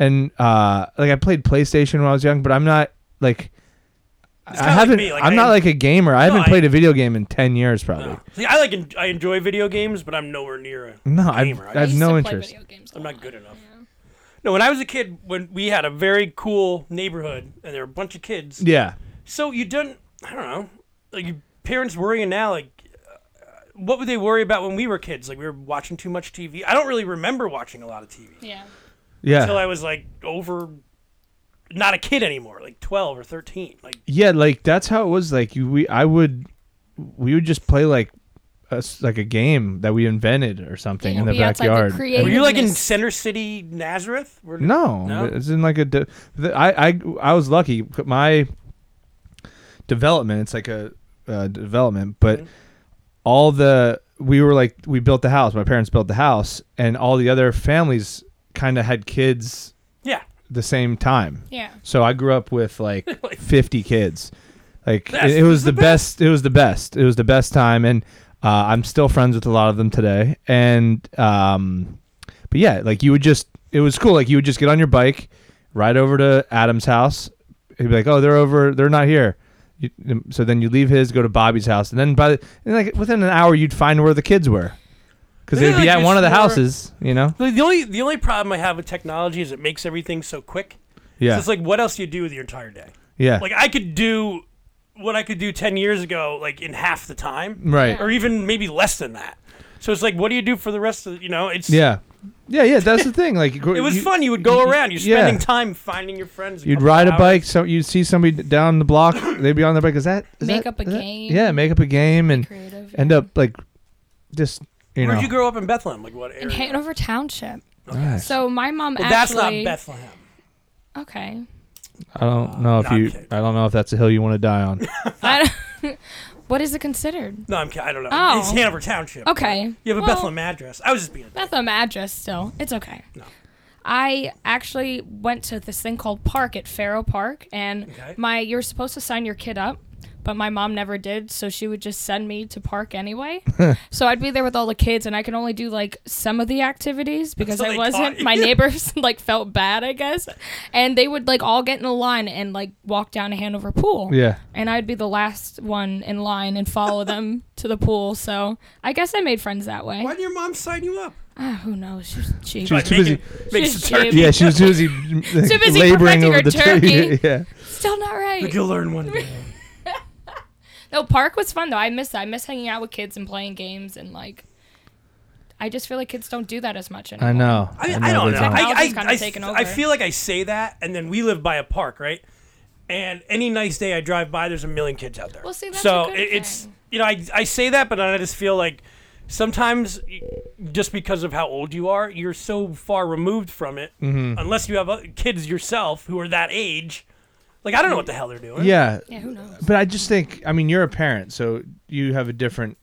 Speaker 3: and uh like I played PlayStation when I was young, but I'm not
Speaker 2: It's
Speaker 3: like I
Speaker 2: kinda like
Speaker 3: haven't
Speaker 2: me, like,
Speaker 3: I'm
Speaker 2: I
Speaker 3: not
Speaker 2: am-
Speaker 3: like a gamer. I haven't
Speaker 2: I-
Speaker 3: played a video game in 10 years probably.
Speaker 2: No. See, I like en- I enjoy video games, but I'm nowhere near a
Speaker 3: No, I've-
Speaker 2: gamer.
Speaker 3: I've-
Speaker 2: I
Speaker 4: I used
Speaker 3: no
Speaker 4: to
Speaker 3: interest.
Speaker 4: Play video games a
Speaker 2: am
Speaker 4: lot.
Speaker 2: not good enough. No, when I was a kid, when we had a very cool neighborhood, and there were a bunch of kids.
Speaker 3: Yeah.
Speaker 2: So you didn't. I don't know. Like your parents worrying now, like. uh, What would they worry about when we were kids? Like we were watching too much TV. I don't really remember watching a lot of TV
Speaker 4: Yeah.
Speaker 3: Yeah.
Speaker 2: until I was like over, not a kid anymore, like twelve or thirteen. Like
Speaker 3: yeah, like that's how it was like you, we I would we would just play like us like a game that we invented or something
Speaker 4: Yeah,
Speaker 3: in the
Speaker 4: be outside the
Speaker 3: backyard.
Speaker 4: creative-
Speaker 2: were you like in
Speaker 4: Goodness.
Speaker 2: Center City, Nazareth? Where-
Speaker 3: No,
Speaker 2: No?
Speaker 3: it's in like a. De- the, I I I was lucky. My development, it's like a, uh development, but
Speaker 2: Mm-hmm.
Speaker 3: all the we were like we built the house. My parents built the house, and all the other families kind of had kids
Speaker 2: Yeah.
Speaker 3: the same time.
Speaker 4: Yeah.
Speaker 3: So I grew up with like,
Speaker 2: Like-
Speaker 3: 50 kids. Like
Speaker 2: That's
Speaker 3: it, it was
Speaker 2: the
Speaker 3: the best. It was the best. It was the best time, and uh, I'm still friends with a lot of them today. And um, but yeah, like you would just, it was cool. Like you would just get on your bike, ride over to Adam's house. He'd be like, "Oh, they're over. They're not here." You, um, so then you leave his, go to Bobby's house, and then by the, and like within an hour, you'd find where the kids were, because
Speaker 2: Yeah,
Speaker 3: they'd be
Speaker 2: like
Speaker 3: at one of the
Speaker 2: it's more-
Speaker 3: houses. You know?
Speaker 2: The, the only the only problem I have with technology is it makes everything so quick. So
Speaker 3: Yeah.
Speaker 2: it's like what else do you do with your entire day?
Speaker 3: yeah.
Speaker 2: Like I could do what I could do ten years ago, like in half the time,
Speaker 3: right.
Speaker 2: or even maybe less than that. So it's like, what do you do for the rest of the, you know? It's
Speaker 3: Yeah. Yeah. Yeah. That's the thing. Like
Speaker 2: It was fun. You would go around. You're
Speaker 3: yeah.
Speaker 2: spending time finding your friends.
Speaker 3: You'd
Speaker 2: couple
Speaker 3: ride a
Speaker 2: hours.
Speaker 3: bike. So you'd see somebody d- down the block. They'd be on their bike. Is that is
Speaker 4: Make
Speaker 3: that-
Speaker 4: up a
Speaker 3: is that-
Speaker 4: game.
Speaker 3: Yeah, make up a game and
Speaker 4: Creative.
Speaker 3: end up like just you
Speaker 2: Where'd
Speaker 3: know.
Speaker 2: you grow up in Bethlehem? Like what area?
Speaker 4: in Hanover Township.
Speaker 3: Nice.
Speaker 4: So my mom
Speaker 2: Well, that's not
Speaker 4: actually.
Speaker 2: Bethlehem.
Speaker 4: Okay.
Speaker 3: I don't know if
Speaker 2: No, I'm
Speaker 3: you.
Speaker 2: kidding.
Speaker 3: I don't know if that's a hill you want to die on.
Speaker 4: I don't- what is it considered?
Speaker 2: No, I'm kidding. I don't know.
Speaker 4: Oh.
Speaker 2: It's Hanover Township.
Speaker 4: Okay.
Speaker 2: You have a
Speaker 4: Well,
Speaker 2: Bethlehem address. I was just being. a dick.
Speaker 4: Bethlehem address still. It's okay.
Speaker 2: No.
Speaker 4: I actually went to this thing called Park at Faro Park, and
Speaker 2: Okay.
Speaker 4: my you're supposed to sign your kid up, but my mom never did, so she would just send me to Park anyway. so I'd be there with all the kids, and I could only do like some of the activities because
Speaker 2: what
Speaker 4: I
Speaker 2: they
Speaker 4: wasn't.
Speaker 2: taught
Speaker 4: My
Speaker 2: you.
Speaker 4: neighbors like felt bad, I guess, and they would like all get in a line and like walk down to Hanover Pool.
Speaker 3: Yeah.
Speaker 4: and I'd be the last one in line and follow them to the pool. So I guess I made friends that way.
Speaker 2: Why did your mom sign you up?
Speaker 4: Ah, who knows? She's cheap.
Speaker 3: She's too busy.
Speaker 2: Make
Speaker 4: She's
Speaker 2: some turkey.
Speaker 4: cheap.
Speaker 3: Yeah, she was too busy.
Speaker 4: Too busy
Speaker 3: laboring
Speaker 4: perfecting
Speaker 3: over
Speaker 4: her
Speaker 3: the
Speaker 4: turkey.
Speaker 3: yeah.
Speaker 4: Still not right.
Speaker 2: You'll learn one day.
Speaker 4: No, park was fun though. I miss that. I miss hanging out with kids and playing games and like. I just feel like kids don't do that as much anymore.
Speaker 3: I know.
Speaker 2: I, I don't know. I,
Speaker 3: they
Speaker 2: I,
Speaker 4: Technology's kinda
Speaker 2: I,
Speaker 4: taken
Speaker 2: I
Speaker 4: over.
Speaker 2: feel like I say that, and then we live by a park, right? And any nice day I drive by, there's a million kids out there.
Speaker 4: Well, see, that's
Speaker 2: so
Speaker 4: a good
Speaker 2: it- it's
Speaker 4: thing.
Speaker 2: you know I, I say that, but I just feel like sometimes y- just because of how old you are, you're so far removed from it.
Speaker 3: Mm-hmm.
Speaker 2: Unless you have other kids yourself who are that age, like I don't know what the hell they're doing.
Speaker 3: Yeah.
Speaker 4: Yeah, who knows?
Speaker 3: But I just think, I mean, you're a parent, so you have a different.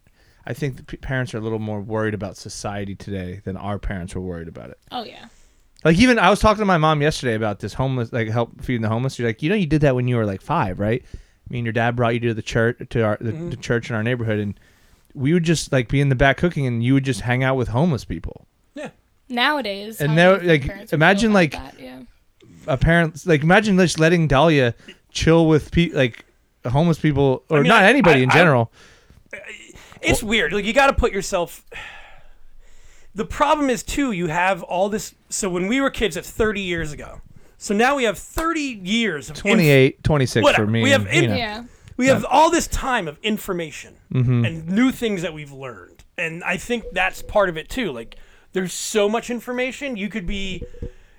Speaker 3: I think the p- parents are a little more worried about society today than our parents were worried about it.
Speaker 4: Oh yeah.
Speaker 3: Like even I was talking to my mom yesterday about this homeless, like help feeding the homeless. You're like, you know, you did that when you were like five, right? me and your dad brought you to the church to our the,
Speaker 2: Mm-hmm.
Speaker 3: the church in our neighborhood, and we would just like be in the back cooking, and you would just hang out with homeless people.
Speaker 2: Yeah.
Speaker 4: Nowadays,
Speaker 3: And
Speaker 4: how
Speaker 3: now,
Speaker 4: many
Speaker 3: like,
Speaker 4: parents would
Speaker 3: imagine,
Speaker 4: feel about
Speaker 3: like-
Speaker 4: that, yeah.
Speaker 3: Apparently, like imagine just letting Dahlia chill with pe- like homeless people or
Speaker 2: mean,
Speaker 3: not
Speaker 2: I-
Speaker 3: anybody
Speaker 2: I-
Speaker 3: in
Speaker 2: I-
Speaker 3: general.
Speaker 2: It's weird. Like you got to put yourself. The problem is too. You have all this. So when we were kids, that's thirty years ago. So now we have thirty years of inf-
Speaker 3: 28, 26
Speaker 2: Whatever.
Speaker 3: for me.
Speaker 2: We have
Speaker 3: you
Speaker 2: in-
Speaker 3: know.
Speaker 4: yeah.
Speaker 2: we have all this time of information and new things that we've learned, and I think that's part of it too. Like there's so much information. You could be,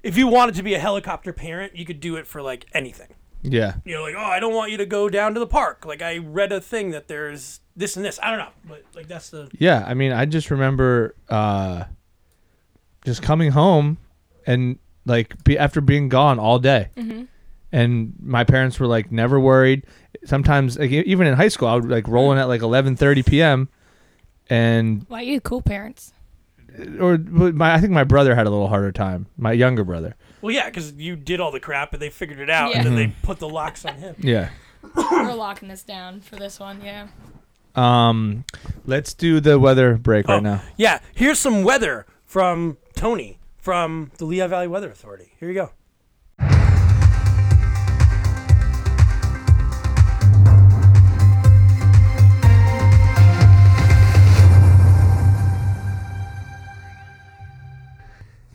Speaker 2: if you wanted to be a helicopter parent, you could do it for like anything.
Speaker 3: yeah.
Speaker 2: you know, like, oh, I don't want you to go down to the park. Like, I read a thing that there's this and this. I don't know, but like, that's the
Speaker 3: Yeah, I mean, I just remember uh, just coming home and like be, after being gone all day, and my parents were like never worried. Sometimes, like, e- even in high school, I would like roll in at like eleven thirty p.m. and
Speaker 4: Why you cool parents?
Speaker 3: or but my I think my brother had a little harder time, my younger brother.
Speaker 2: well, yeah, because you did all the crap and they figured it out,
Speaker 4: Yeah.
Speaker 2: and then they put the locks on him.
Speaker 3: Yeah.
Speaker 4: We're locking this down for this one. Yeah.
Speaker 3: Um, let's do the weather break right now.
Speaker 2: Yeah, here's some weather from Tony from the Lehigh Valley Weather Authority. Here you go.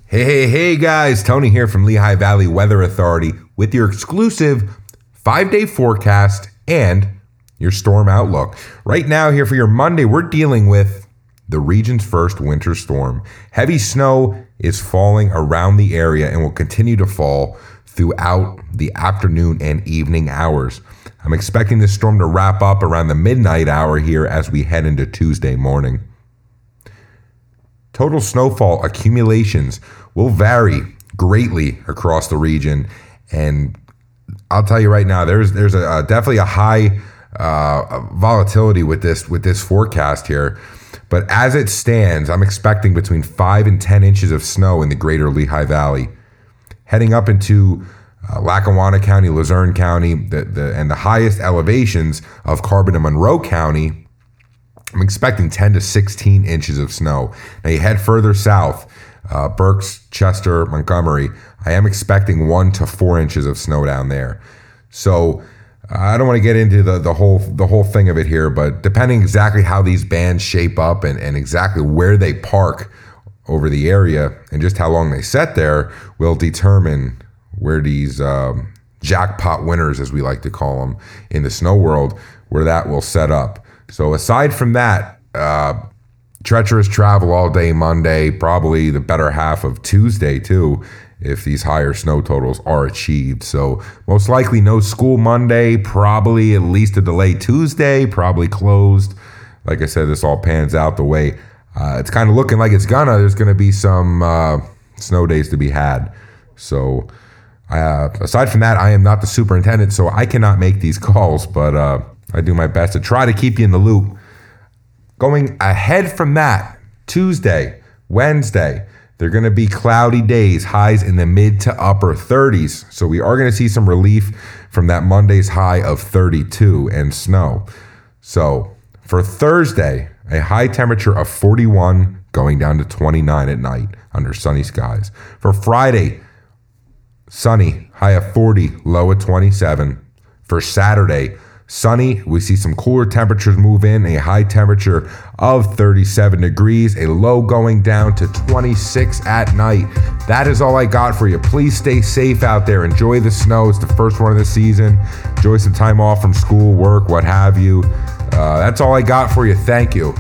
Speaker 6: Hey, hey, hey, guys. Tony here from Lehigh Valley Weather Authority with your exclusive five day forecast and your storm outlook. Right now, here for your Monday, we're dealing with the region's first winter storm. Heavy snow is falling around the area and will continue to fall throughout the afternoon and evening hours. I'm expecting this storm to wrap up around the midnight hour here as we head into Tuesday morning. Total snowfall accumulations will vary greatly across the region, and I'll tell you right now, there's there's a, a- definitely a high uh, volatility with this with this forecast here. But as it stands, I'm expecting between five and ten inches of snow in the greater Lehigh Valley heading up into uh, Lackawanna County, Luzerne County, the, the, and the highest elevations of Carbon and Monroe County, I'm expecting 10 to 16 inches of snow. Now you head further south, uh, Berks, Chester, Montgomery. I am expecting one to four inches of snow down there. So I don't want to get into the, the whole the whole thing of it here, but depending exactly how these bands shape up and, and exactly where they park over the area and just how long they set there will determine where these um, jackpot winners, as we like to call them in the snow world, where that will set up. So aside from that, uh, treacherous travel all day Monday, probably the better half of Tuesday too, if these higher snow totals are achieved. So most likely no school Monday, probably at least a delay Tuesday, probably closed. Like I said, this all pans out the way uh, it's kind of looking like it's gonna. There's gonna be some uh, snow days to be had. So uh, aside from that, I am not the superintendent, so I cannot make these calls, but uh, I do my best to try to keep you in the loop. Going ahead from that, Tuesday, Wednesday, they're going to be cloudy days, highs in the mid to upper 30s. So we are going to see some relief from that Monday's high of 32 and snow. So for Thursday, a high temperature of 41 going down to 29 at night under sunny skies. For Friday, sunny, high of 40, low of 27. For Saturday, sunny, we see some cooler temperatures move in, a high temperature of 37 degrees, a low going down to 26 at night. That is all I got for you. Please stay safe out there. Enjoy the snow. It's the first one of the season. Enjoy some time off from school, work, what have you. Uh, that's all I got for you. Thank you.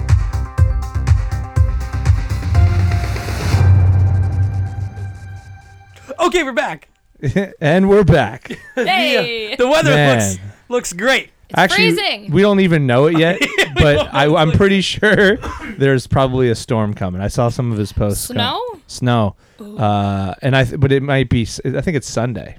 Speaker 2: Okay, we're back.
Speaker 3: and we're back.
Speaker 4: Hey.
Speaker 2: The weather
Speaker 3: Man.
Speaker 2: looks looks great.
Speaker 3: Actually,
Speaker 4: freezing.
Speaker 3: we don't even know it yet, but I, I'm pretty sure there's probably a storm coming. I saw some of his posts. come-
Speaker 4: Snow?
Speaker 3: snow, uh, and I. Th- but it might be. s- I think it's Sunday.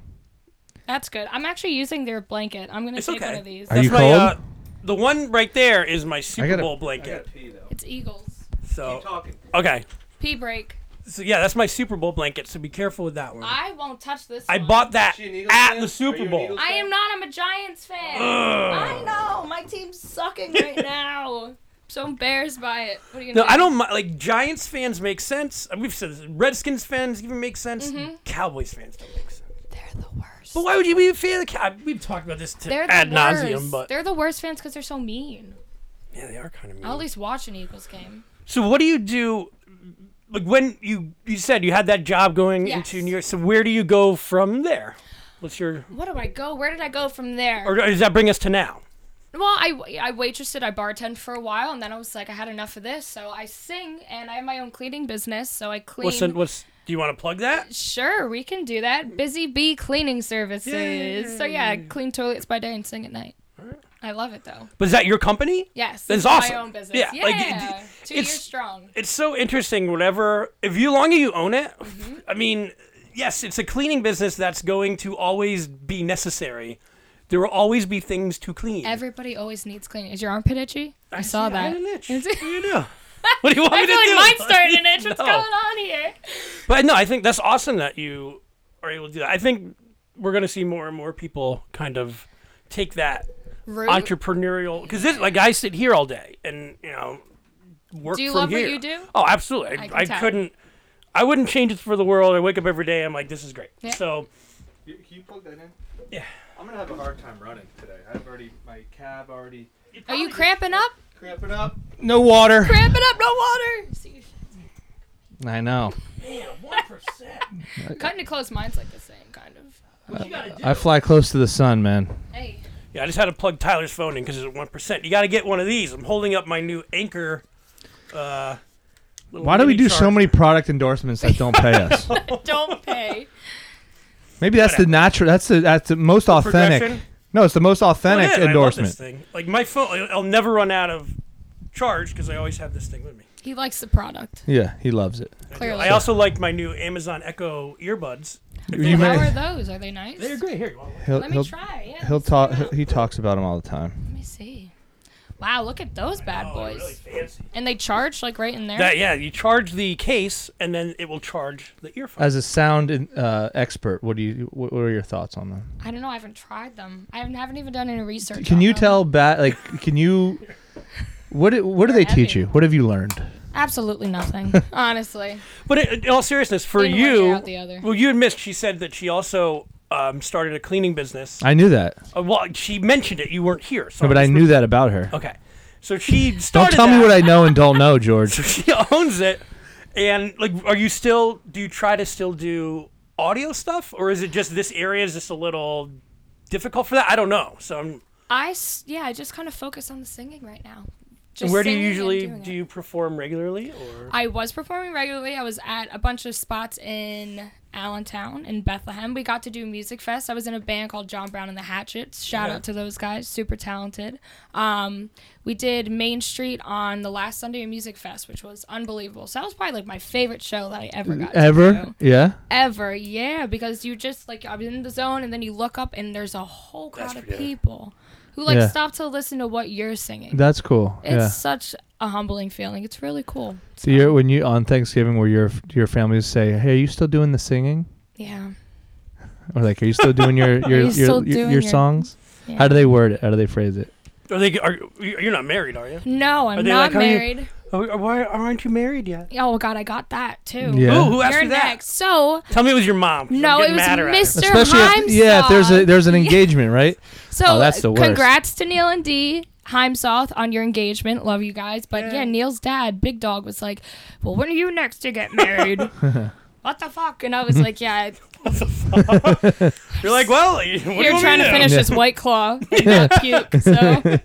Speaker 4: That's good. I'm actually using their blanket. I'm gonna
Speaker 2: It's
Speaker 4: take one
Speaker 2: okay.
Speaker 4: of these.
Speaker 3: Are you
Speaker 2: my,
Speaker 3: cold?
Speaker 2: Uh, the one right there is my Super
Speaker 3: gotta-
Speaker 2: Bowl blanket.
Speaker 4: It's Eagles.
Speaker 2: So okay,
Speaker 4: Pee break.
Speaker 2: So yeah, that's my Super Bowl blanket. So be careful with that one. I,
Speaker 4: I won't touch this. one.
Speaker 2: bought that
Speaker 7: She a Eagles
Speaker 2: at
Speaker 7: fan?
Speaker 2: the
Speaker 7: Are
Speaker 2: Super
Speaker 7: you an
Speaker 2: Bowl.
Speaker 7: Eagles
Speaker 4: I am not. I'm a Giants fan. I know my team's sucking right now. I'm so embarrassed by it. What are you
Speaker 2: No,
Speaker 4: gonna
Speaker 2: I don't mi- like Giants fans make sense. I mean, We've said this. Redskins fans even make sense.
Speaker 4: Mm-hmm.
Speaker 2: Cowboys fans don't make sense.
Speaker 4: They're the worst.
Speaker 2: But why would you be a fan of the Cow- We've talked about this to
Speaker 4: They're the
Speaker 2: ad nauseum,
Speaker 4: worst.
Speaker 2: but
Speaker 4: They're the worst fans because they're so mean.
Speaker 2: yeah, they are kind of mean.
Speaker 4: I'll at least watch an Eagles game.
Speaker 2: So what do you do? Like when you you said you had that job going
Speaker 4: Yes.
Speaker 2: into New York. So where do you go from there? What's your
Speaker 4: What do I go? Where did I go from there?
Speaker 2: or does that bring us to now?
Speaker 4: Well, I, I waitressed, I bartended for a while, and then I was like, I had enough of this, so I sing, and I have my own cleaning business, so I clean.
Speaker 2: What's the, what's do you want to plug that?
Speaker 4: Sure, we can do that. Busy Bee Cleaning Services. So yeah, I clean toilets by day and sing at night. I love it though.
Speaker 2: But is that your company?
Speaker 4: Yes,
Speaker 2: That's
Speaker 4: it's
Speaker 2: awesome.
Speaker 4: My own business.
Speaker 2: Yeah,
Speaker 4: Yeah,
Speaker 2: like, it-
Speaker 4: two
Speaker 2: it's-
Speaker 4: years strong.
Speaker 2: It's so interesting. Whatever, if you long as you own it,
Speaker 4: Mm-hmm.
Speaker 2: I mean, yes, it's a cleaning business that's going to always be necessary. There will always be things to clean.
Speaker 4: Everybody always needs cleaning. Is your armpit itchy? I, saw
Speaker 2: I
Speaker 4: that.
Speaker 2: had an itch.
Speaker 4: Is
Speaker 2: What
Speaker 4: it-
Speaker 2: do you do? What do you want
Speaker 4: I
Speaker 2: me to
Speaker 4: feel
Speaker 2: do?
Speaker 4: like mine's starting an itch. What's
Speaker 2: No.
Speaker 4: going on here?
Speaker 2: But no, I think that's awesome that you are able to do that. I think we're going to see more and more people kind of take that
Speaker 4: Root.
Speaker 2: entrepreneurial because this like I sit here all day and you know work.
Speaker 4: Do you
Speaker 2: from
Speaker 4: love what
Speaker 2: here.
Speaker 4: you do?
Speaker 2: Oh, absolutely. I,
Speaker 4: I can
Speaker 2: I,
Speaker 4: tell.
Speaker 2: couldn't. I wouldn't change it for the world. I wake up every day. I'm like, this is great.
Speaker 4: Yeah.
Speaker 2: So
Speaker 7: You- Can you plug that in?
Speaker 2: Yeah.
Speaker 7: I'm gonna have a hard time running today. I've already my cab already
Speaker 4: Are Oh, you cramping up?
Speaker 7: cramping up.
Speaker 3: No water.
Speaker 4: Cramping up? No water. See,
Speaker 3: I know.
Speaker 2: one percent.
Speaker 4: Cutting it close. Mine's like the same kind of.
Speaker 3: I fly close to the sun, man.
Speaker 4: Hey.
Speaker 2: Yeah, I just had to plug Tyler's phone in because it's at one percent. You got to get one of these. I'm holding up my new Anchor. Uh, little
Speaker 3: Why do we
Speaker 2: mini
Speaker 3: do so
Speaker 2: charger.
Speaker 3: many product endorsements that don't pay us?
Speaker 4: Don't pay.
Speaker 3: Maybe that's the natural. That's the that's the most authentic.
Speaker 2: progression?
Speaker 3: No, it's the most
Speaker 2: Well, it
Speaker 3: authentic
Speaker 2: is. Oh, I love
Speaker 3: endorsement.
Speaker 2: this thing. Like my phone, I'll- I'll never run out of charge because I always have this thing with me.
Speaker 4: He likes the product.
Speaker 3: Yeah, he loves it.
Speaker 4: Clearly.
Speaker 2: I also like my new Amazon Echo earbuds.
Speaker 3: You
Speaker 4: How
Speaker 3: may-
Speaker 4: are those? Are they nice?
Speaker 2: They're great. Here, you want one?
Speaker 3: he'll,
Speaker 4: Let me
Speaker 3: he'll-
Speaker 4: try. Yeah.
Speaker 3: he'll
Speaker 4: let's try
Speaker 3: talk.
Speaker 4: it out.
Speaker 3: He talks about him all the time.
Speaker 4: Let me see. Wow, look at those bad
Speaker 2: Oh,
Speaker 4: boys.
Speaker 2: really fancy.
Speaker 4: And they charge like right in there.
Speaker 2: That yeah, you charge the case and then it will charge the earphone.
Speaker 3: As a sound uh, expert, what do you? What what are your thoughts on them?
Speaker 4: I don't know. I haven't tried them. I haven't, haven't even done any research.
Speaker 3: Can
Speaker 4: on
Speaker 3: you
Speaker 4: them.
Speaker 3: tell bat like can you what do- what do they teach you? What have you learned?
Speaker 4: Absolutely nothing. honestly.
Speaker 2: but it, in all seriousness, for
Speaker 4: Didn't work
Speaker 2: you,
Speaker 4: out the other.
Speaker 2: well, you had missed. She said that she also um, started a cleaning business.
Speaker 3: I knew that.
Speaker 2: Uh, well, she mentioned it. You weren't here, so
Speaker 3: No, but I
Speaker 2: just
Speaker 3: knew that about her.
Speaker 2: re- Okay, so she
Speaker 3: Don't
Speaker 2: started.
Speaker 3: tell me
Speaker 2: that.
Speaker 3: what I know and don't know, George.
Speaker 2: she owns it and like are you still do you try to still do audio stuff or is it just this area is just a little difficult for that i don't know so I'm,
Speaker 4: I s- yeah. I just kind of focus on the singing right now. Just
Speaker 2: where do you
Speaker 4: singing and
Speaker 2: usually
Speaker 4: doing
Speaker 2: do
Speaker 4: it.
Speaker 2: you perform regularly or
Speaker 4: I was performing regularly. I was at a bunch of spots in Allentown in Bethlehem. We got to do music fest. I was in a band called John Brown and the Hatchets. Shout out to those guys, super talented. Um, we did Main Street on the last Sunday of Music Fest, which was unbelievable. So that was probably like my favorite show that I ever
Speaker 2: Mm,
Speaker 4: got. to
Speaker 3: Ever?
Speaker 4: do.
Speaker 3: Yeah.
Speaker 4: Ever, yeah, because you just like I'm in the zone, and then you look up, and there's a whole crowd of people who like
Speaker 3: Yeah.
Speaker 4: stop to listen to what you're singing.
Speaker 3: That's cool.
Speaker 4: it's
Speaker 3: yeah.
Speaker 4: such a humbling feeling. It's really cool.
Speaker 3: So you're, when you on Thanksgiving, where your your families say, "Hey, are you still doing the singing?"
Speaker 4: Yeah.
Speaker 3: Or like, "Are you still doing your your
Speaker 4: you
Speaker 3: your,
Speaker 4: still
Speaker 3: your,
Speaker 4: doing
Speaker 3: your
Speaker 4: your-
Speaker 3: songs?"
Speaker 4: Yeah.
Speaker 3: How do they word it? How do they phrase it?
Speaker 2: are they are you- you're not married are you
Speaker 4: No, I'm
Speaker 2: they like,
Speaker 4: not
Speaker 2: "How you-
Speaker 4: married.
Speaker 2: Are- why aren't you married yet
Speaker 4: Oh god, I got that too.
Speaker 3: Yeah.
Speaker 2: Ooh, who asked
Speaker 4: You're
Speaker 2: you that?
Speaker 4: next. So
Speaker 2: Tell me it was your mom. 'cause I'm
Speaker 4: no, it
Speaker 2: getting
Speaker 4: was
Speaker 2: mad at her.
Speaker 4: Mr.
Speaker 3: if, yeah, if there's a
Speaker 4: Heimsath.
Speaker 3: there's an engagement, right?
Speaker 4: So
Speaker 3: Oh, that's the worst.
Speaker 4: congrats to Neil and Dee Heimsoth on your engagement. Love you guys. But yeah, Neil's dad, Big Dog, was like, Well, when are you next to get married? what the fuck? And I was like, Yeah,
Speaker 2: You're like, well, what do you
Speaker 4: you're
Speaker 2: want
Speaker 4: trying
Speaker 2: me
Speaker 4: to
Speaker 2: do?
Speaker 4: finish this white claw and not puke. So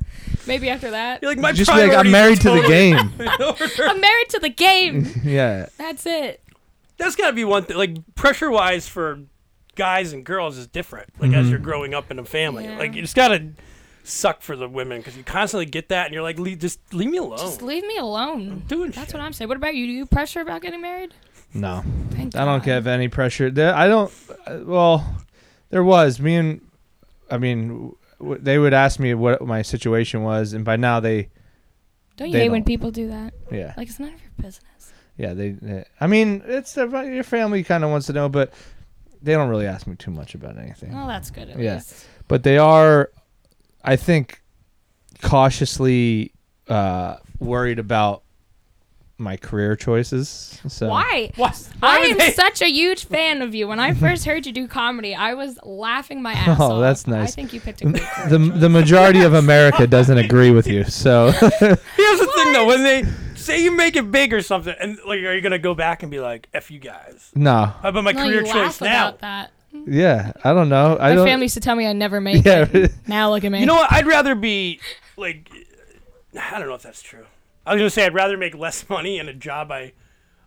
Speaker 4: maybe after that.
Speaker 2: You're like, my
Speaker 3: Just be like, "I'm married to the game."
Speaker 2: game.
Speaker 4: I'm married to the game.
Speaker 3: yeah.
Speaker 4: That's it.
Speaker 2: That's got to be one thing. Like pressure wise for guys and girls is different. Like
Speaker 3: Mm-hmm.
Speaker 2: as you're growing up in a family,
Speaker 4: Yeah.
Speaker 2: like it's got to suck for the women because you constantly get that, and you're like, leave, just leave me alone.
Speaker 4: Just leave me alone.
Speaker 2: doing
Speaker 4: That's
Speaker 2: Oh. shit.
Speaker 4: what I'm saying. What about you? Do you pressure about getting married?
Speaker 3: No.
Speaker 4: Thank
Speaker 3: I don't
Speaker 4: God.
Speaker 3: have any pressure. There, I don't. uh, Well, there was me and I mean, w- they would ask me what my situation was, and by now they
Speaker 4: Don't you
Speaker 3: They
Speaker 4: hate when
Speaker 3: don't.
Speaker 4: people do that?
Speaker 3: yeah
Speaker 4: Like it's none of your business.
Speaker 3: yeah, they. eh, I mean, it's their, your family kind of wants to know, but they don't really ask me too much about anything.
Speaker 4: Well, that's good at
Speaker 3: Yeah.
Speaker 4: least.
Speaker 3: But they are, I think, cautiously uh, worried about my career choices. So
Speaker 4: Why?
Speaker 2: What?
Speaker 4: I
Speaker 2: Why would
Speaker 4: am
Speaker 2: they-
Speaker 4: such a huge fan of you. When I first heard you do comedy, I was laughing my ass
Speaker 3: Oh,
Speaker 4: off.
Speaker 3: that's
Speaker 4: I
Speaker 3: nice.
Speaker 4: think you picked a good career.
Speaker 3: the the majority of America doesn't agree with you. So
Speaker 2: Here's the thing though, when they say you make it big or something, and like, are you gonna go back and be like, "F you guys"?
Speaker 3: no,
Speaker 2: How about my
Speaker 4: No,
Speaker 2: career
Speaker 4: you
Speaker 2: choice
Speaker 4: laugh
Speaker 2: now?
Speaker 4: about that.
Speaker 3: yeah, I don't know. I
Speaker 4: My
Speaker 3: don't.
Speaker 4: family used to tell me I never made
Speaker 3: Yeah.
Speaker 4: it. Now look at me.
Speaker 2: You know what? I'd rather be like, I don't know if that's true. I was gonna say I'd rather make less money in a job I,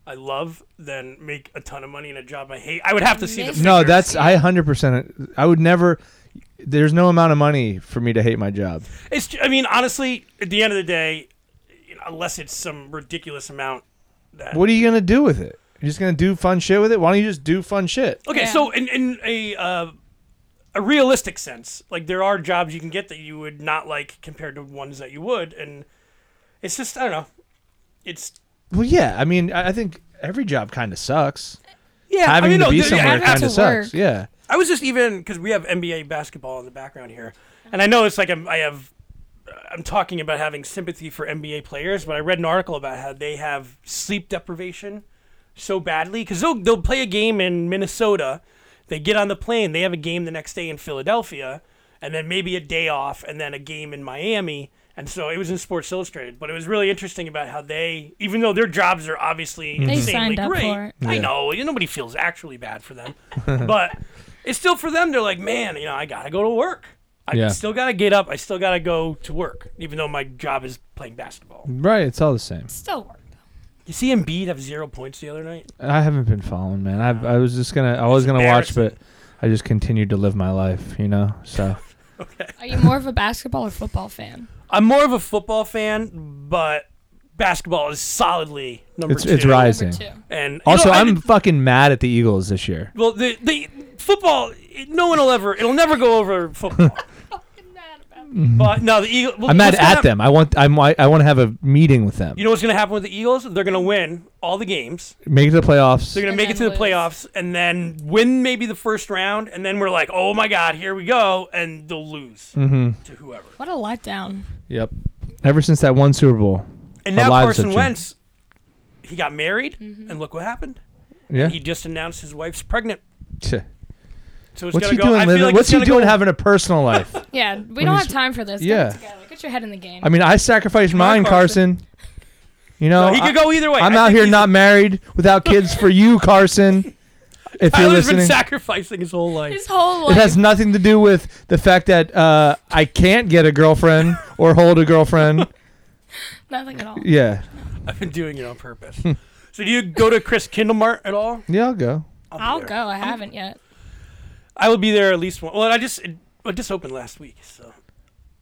Speaker 2: I love than make a ton of money in a job I hate. I would have to see the
Speaker 4: Amazing.
Speaker 3: no,
Speaker 2: figures.
Speaker 3: that's I hundred percent. I would never. There's no amount of money for me to hate my job.
Speaker 2: It's. ju- I mean, honestly, at the end of the day, you know, unless it's some ridiculous amount. That,
Speaker 3: What are you gonna do with it? You're just gonna do fun shit with it. Why don't you just do fun shit?
Speaker 2: Okay,
Speaker 4: Yeah.
Speaker 2: so in, in a uh, a realistic sense, like there are jobs you can get that you would not like compared to ones that you would, and it's just I don't know. It's
Speaker 3: Well, yeah. I mean, I, I think every job kind of sucks.
Speaker 2: yeah.
Speaker 3: Having
Speaker 2: I mean,
Speaker 3: to
Speaker 2: no,
Speaker 3: be
Speaker 2: the- the-
Speaker 3: somewhere
Speaker 2: I, I-
Speaker 3: kind of
Speaker 4: to
Speaker 3: sucks.
Speaker 4: work.
Speaker 3: Yeah.
Speaker 2: I was just even because we have NBA basketball in the background here, and I know it's like I'm, I have. I'm talking about having sympathy for NBA players, but I read an article about how they have sleep deprivation so badly because they'll they'll play a game in Minnesota, they get on the plane, they have a game the next day in Philadelphia, and then maybe a day off, and then a game in Miami. And so it was in Sports Illustrated, but it was really interesting about how they, even though their jobs are obviously insanely
Speaker 4: signed up
Speaker 2: great,
Speaker 4: for it.
Speaker 2: I know you- nobody feels actually bad for them, but it's still for them. They're like, man, you know, I gotta go to work. I
Speaker 3: Yeah.
Speaker 2: still gotta get up. I still gotta go to work, even though my job is playing basketball.
Speaker 3: Right. It's all the same.
Speaker 4: Still work.
Speaker 2: You see Embiid have zero points the other night.
Speaker 3: I haven't been following, man. I I was just gonna. I was gonna watch, but
Speaker 2: embarrassing.
Speaker 3: I just continued to live my life. You know. So
Speaker 4: Are you more of a basketball or football fan?
Speaker 2: I'm more of a football fan, but basketball is solidly number
Speaker 3: it's
Speaker 2: two.
Speaker 3: it's rising.
Speaker 4: Number two.
Speaker 2: And you
Speaker 3: Also,
Speaker 2: know, I
Speaker 3: I'm
Speaker 2: did-
Speaker 3: fucking mad at the Eagles this year.
Speaker 2: well. The the football, it- no one will ever. It'll never go over football. but no, the Eagles.
Speaker 3: Mm-hmm. I'm mad
Speaker 2: what's gonna
Speaker 3: at
Speaker 2: happen-
Speaker 3: them. I want. I'm. I, I want to have a meeting with them.
Speaker 2: You know what's gonna happen with the Eagles? They're gonna win all the games.
Speaker 3: Make it to the playoffs.
Speaker 2: They're gonna
Speaker 4: And
Speaker 2: make it to
Speaker 4: then
Speaker 2: the
Speaker 4: lose.
Speaker 2: playoffs and then win maybe the first round, and then we're like, oh my god, here we go, and they'll lose
Speaker 3: Mm-hmm.
Speaker 2: to whoever.
Speaker 4: What a letdown.
Speaker 3: Yep. Ever since that one Super Bowl.
Speaker 2: And
Speaker 3: Our
Speaker 2: now
Speaker 3: lives have
Speaker 2: Carson
Speaker 3: changed.
Speaker 2: Wentz, he got married,
Speaker 4: Mm-hmm.
Speaker 2: and look what happened.
Speaker 3: Yeah.
Speaker 2: He just announced his wife's pregnant,
Speaker 3: Tch.
Speaker 2: so it's
Speaker 3: What's
Speaker 2: gonna
Speaker 3: he
Speaker 2: go.
Speaker 3: doing?
Speaker 2: I feel
Speaker 3: living-
Speaker 2: like
Speaker 3: What's
Speaker 2: it's
Speaker 3: he
Speaker 2: gonna
Speaker 3: doing
Speaker 2: go-
Speaker 3: having a personal life?
Speaker 4: Yeah, we don't
Speaker 3: he's-
Speaker 4: have time for this. Get it
Speaker 3: Yeah.
Speaker 4: together. Get your head in the game.
Speaker 3: I mean, I sacrificed
Speaker 2: on,
Speaker 3: mine,
Speaker 2: Carson.
Speaker 3: Carson. You know,
Speaker 2: No, he could
Speaker 3: I,
Speaker 2: go either way.
Speaker 3: I'm
Speaker 2: I
Speaker 3: out
Speaker 2: think
Speaker 3: here
Speaker 2: he's-
Speaker 3: not married, without kids for you, Carson. If you're
Speaker 2: Tyler's been
Speaker 3: listening,
Speaker 2: sacrificing his whole life.
Speaker 4: His whole
Speaker 3: it
Speaker 4: life.
Speaker 3: has nothing to do with the fact that uh, I can't get a girlfriend or hold a girlfriend.
Speaker 4: nothing at all.
Speaker 3: Yeah,
Speaker 2: I've been doing it on purpose. so do you go to Chris Kindlemart at all?
Speaker 3: yeah, I'll go.
Speaker 2: be
Speaker 4: I'll
Speaker 2: there.
Speaker 4: go. I haven't yet.
Speaker 2: I will be there at least one. Well, I just it, it just opened last week, so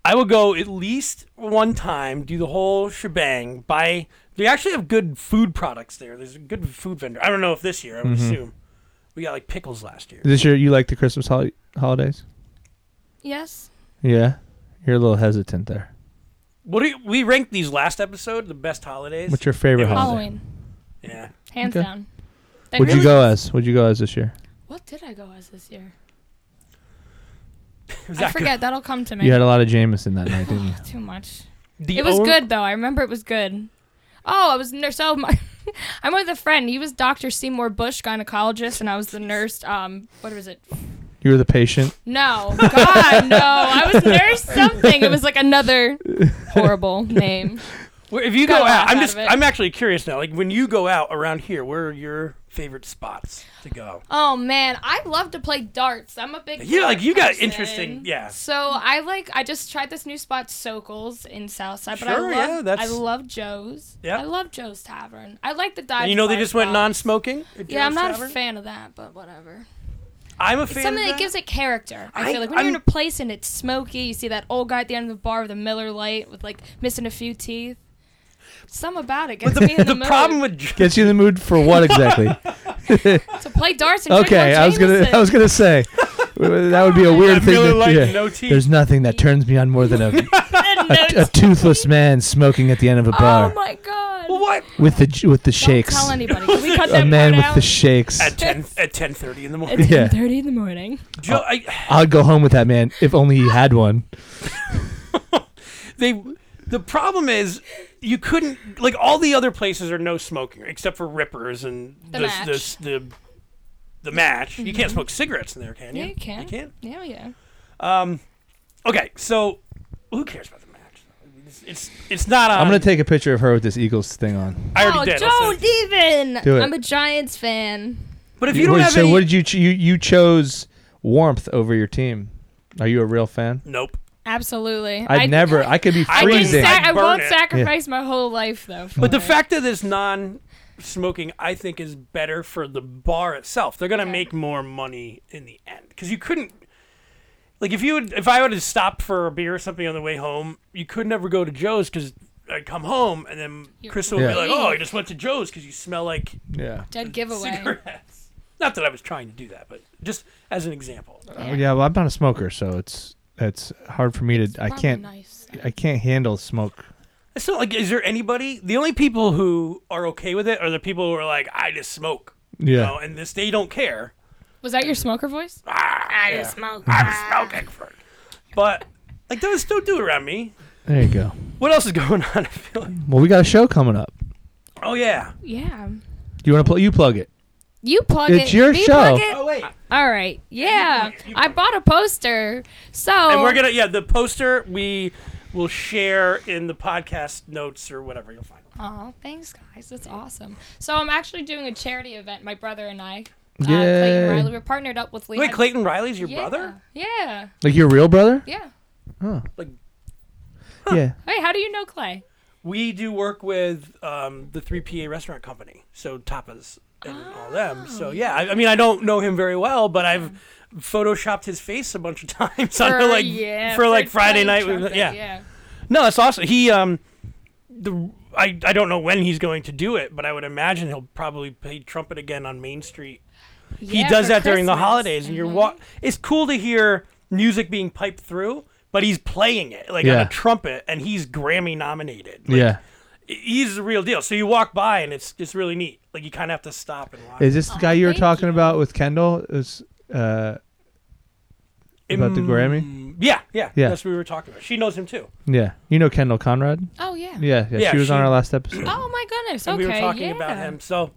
Speaker 2: I will go at least one time, do the whole shebang. Buy they actually have good food products there. There's a good food vendor. I don't know if this year. I would assume we got like pickles last year.
Speaker 3: This year, you like the Christmas hol- holidays?
Speaker 4: Yes.
Speaker 3: Yeah, you're a little hesitant there.
Speaker 2: What do you, we ranked these last episode? The best holidays.
Speaker 3: What's your favorite
Speaker 2: It was-
Speaker 3: holiday?
Speaker 4: Halloween.
Speaker 2: yeah,
Speaker 4: Hands
Speaker 3: Okay.
Speaker 4: down. That
Speaker 3: Would you
Speaker 4: really-
Speaker 3: go as? Would you go as this year?
Speaker 4: What did I go as this year?
Speaker 2: Was
Speaker 4: I
Speaker 2: that good?
Speaker 4: forget. That'll come to me.
Speaker 3: You had a lot of Jameson that night, didn't you?
Speaker 4: Too much.
Speaker 2: The
Speaker 4: It was
Speaker 2: own-
Speaker 4: good though. I remember it was good. Oh, I was nurse. So my, I'm with a friend. He was Dr. Seymour Bush, gynecologist, and I was the nurse. Um, what was it?
Speaker 3: You were the patient.
Speaker 4: No, God, no. I was nurse something. It was like another horrible name.
Speaker 2: Where- If you
Speaker 4: Got
Speaker 2: go
Speaker 4: a laugh
Speaker 2: out, I'm
Speaker 4: out
Speaker 2: just
Speaker 4: of it.
Speaker 2: I'm actually curious now. Like when you go out around here, where are your favorite spots to go?
Speaker 4: Oh man, I love to play darts. I'm a big
Speaker 2: Yeah, like
Speaker 4: dart
Speaker 2: you got
Speaker 4: person.
Speaker 2: interesting. Yeah.
Speaker 4: So I like I just tried this new spot Sokals in Southside, but I
Speaker 2: Sure,
Speaker 4: love
Speaker 2: yeah, that's-
Speaker 4: I love Joe's.
Speaker 2: Yeah.
Speaker 4: I love Joe's Tavern. I like the dive.
Speaker 2: And you know they
Speaker 4: bar
Speaker 2: just went
Speaker 4: spots.
Speaker 2: non-smoking. at
Speaker 4: Yeah, I'm
Speaker 2: Joe's
Speaker 4: not
Speaker 2: Tavern?
Speaker 4: a fan of that, but whatever.
Speaker 2: I'm a
Speaker 4: It's
Speaker 2: fan.
Speaker 4: something
Speaker 2: of
Speaker 4: that
Speaker 2: that.
Speaker 4: gives it character. I,
Speaker 2: I-
Speaker 4: feel like when
Speaker 2: I'm-
Speaker 4: you're in a place and it's smoky, you see that old guy at the end of the bar with a Miller Light with like missing a few teeth. Some about it gets me in the,
Speaker 2: the
Speaker 4: mood
Speaker 2: problem with Joe-
Speaker 3: Gets you in the mood for what exactly?
Speaker 4: to play darts and drink
Speaker 3: Okay,
Speaker 4: more
Speaker 3: I was gonna,
Speaker 4: Jameson.
Speaker 3: I was gonna say, that would be a weird
Speaker 2: That
Speaker 3: thing.
Speaker 2: Miller
Speaker 3: to-
Speaker 2: Lite
Speaker 3: yeah.
Speaker 2: and no teeth.
Speaker 3: There's nothing that turns me on more than a,
Speaker 4: And
Speaker 3: a,
Speaker 4: no
Speaker 3: a toothless man smoking at the end of a
Speaker 4: Oh
Speaker 3: bar.
Speaker 4: my god.
Speaker 2: well, What?
Speaker 3: with the j- with the shakes.
Speaker 4: Don't tell anybody. Can we cut
Speaker 3: A
Speaker 4: that
Speaker 3: man
Speaker 4: part
Speaker 3: with
Speaker 4: out?
Speaker 3: the shakes.
Speaker 2: At ten at ten thirty in the morning.
Speaker 4: it's
Speaker 3: Yeah.
Speaker 4: 10:30 in the morning.
Speaker 2: Joe, I,
Speaker 3: I'd go home with that man if only he had one.
Speaker 2: they the problem is you couldn't like all the other places are no smoking except for rippers and
Speaker 4: The
Speaker 2: this
Speaker 4: match.
Speaker 2: this the the match. You can't smoke cigarettes in there, can you?
Speaker 4: Yeah, you can.
Speaker 2: You can.
Speaker 4: Yeah, yeah.
Speaker 2: Okay, so who cares about the match? It's it's, it's not on.
Speaker 3: I'm gonna take a picture of her with this Eagles thing on.
Speaker 2: I already
Speaker 4: oh,
Speaker 2: did. I'll
Speaker 4: don't
Speaker 2: send-
Speaker 4: even.
Speaker 3: Do it.
Speaker 4: I'm a Giants fan.
Speaker 2: But if you don't
Speaker 3: Wait,
Speaker 2: have
Speaker 3: so
Speaker 2: any,
Speaker 3: what did you, ch- you you chose warmth over your team? Are you a real fan?
Speaker 2: nope.
Speaker 4: Absolutely.
Speaker 3: I'd never. I could be
Speaker 2: I
Speaker 4: I,
Speaker 2: wouldn't
Speaker 4: just
Speaker 3: freezing.
Speaker 4: sac- I
Speaker 2: I'd burn
Speaker 4: won't
Speaker 2: it.
Speaker 4: sacrifice my whole life though.
Speaker 2: But the
Speaker 4: for it.
Speaker 2: fact that it's non-smoking, I think, is better for the bar itself. They're gonna make more money in the end because you couldn't, like, if you would, if I would have stopped for a beer or something on the way home, you could never go to Joe's because I'd come home and then Crystal would
Speaker 3: Yeah.
Speaker 2: be like, "Oh, I just went to Joe's because you smell like
Speaker 3: yeah.
Speaker 4: dead giveaway.
Speaker 2: cigarettes." Not that I was trying to do that, but just as an example.
Speaker 3: Oh, yeah. Well, I'm not a smoker, so it's it's hard for me to. I
Speaker 4: Probably
Speaker 3: can't.
Speaker 4: Nice.
Speaker 3: I can't handle smoke.
Speaker 2: It's not like is there anybody? The only people who are okay with it are the people who are like, "I just smoke," you know,
Speaker 3: Yeah.
Speaker 2: and this they don't care.
Speaker 4: Was that your smoker voice?
Speaker 2: I yeah. smoke. I'm smoking for But like those don't do it around me.
Speaker 3: There you go.
Speaker 2: What else is going on? I feel like-
Speaker 3: Well, we got a show coming up.
Speaker 2: Oh yeah.
Speaker 4: Yeah.
Speaker 3: Do you want to plug? You plug it.
Speaker 4: You plug it.
Speaker 3: It's your
Speaker 4: me
Speaker 3: show.
Speaker 4: Plug it.
Speaker 7: Oh wait,
Speaker 4: All right. Yeah. I bought a poster. So
Speaker 2: And we're gonna yeah, the poster we will share in the podcast notes or whatever you'll find. it.
Speaker 4: Oh, thanks, guys. That's awesome. So I'm actually doing a charity event. My brother and I, uh,
Speaker 3: Yay.
Speaker 4: Clayton Riley, we're partnered up with Lee.
Speaker 2: Wait, Clayton Riley's your
Speaker 4: yeah.
Speaker 2: brother?
Speaker 4: Yeah.
Speaker 3: Like your real brother?
Speaker 4: Yeah.
Speaker 2: Like
Speaker 3: Yeah.
Speaker 4: Hey, how do you know Clay?
Speaker 2: we do work with um, the three PA restaurant company, so Tapas and all them. So yeah, I, I mean I don't know him very well, but I've photoshopped his face a bunch of times on like
Speaker 4: yeah,
Speaker 2: for like Friday
Speaker 4: Clay
Speaker 2: night.
Speaker 4: Trumpet,
Speaker 2: we- No, that's awesome. He um, the I I don't know when he's going to do it, but I would imagine he'll probably play trumpet again on Main Street. He
Speaker 4: Yeah,
Speaker 2: does
Speaker 4: for
Speaker 2: that during the
Speaker 4: Christmas. Mm-hmm.
Speaker 2: holidays, and you're wa- It's cool to hear music being piped through, but he's playing it like on
Speaker 3: Yeah.
Speaker 2: a trumpet, and he's Grammy nominated. Like,
Speaker 3: Yeah.
Speaker 2: he's the real deal. So you walk by, and it's just really neat. Like you kind of have to stop and watch.
Speaker 3: Is this the guy you were
Speaker 4: Oh, thank
Speaker 3: talking
Speaker 4: you.
Speaker 3: about with Kendall? Is uh about the Grammy?
Speaker 2: Mm, Yeah, yeah,
Speaker 3: Yeah.
Speaker 2: That's what we were talking about. She knows him too.
Speaker 3: Yeah. You know Kendall Conrad?
Speaker 4: Oh yeah.
Speaker 3: Yeah. Yeah.
Speaker 2: Yeah,
Speaker 3: she was on
Speaker 2: she-
Speaker 3: our last episode.
Speaker 4: Oh my goodness.
Speaker 2: And
Speaker 4: okay.
Speaker 2: we were talking
Speaker 4: yeah.
Speaker 2: about him. So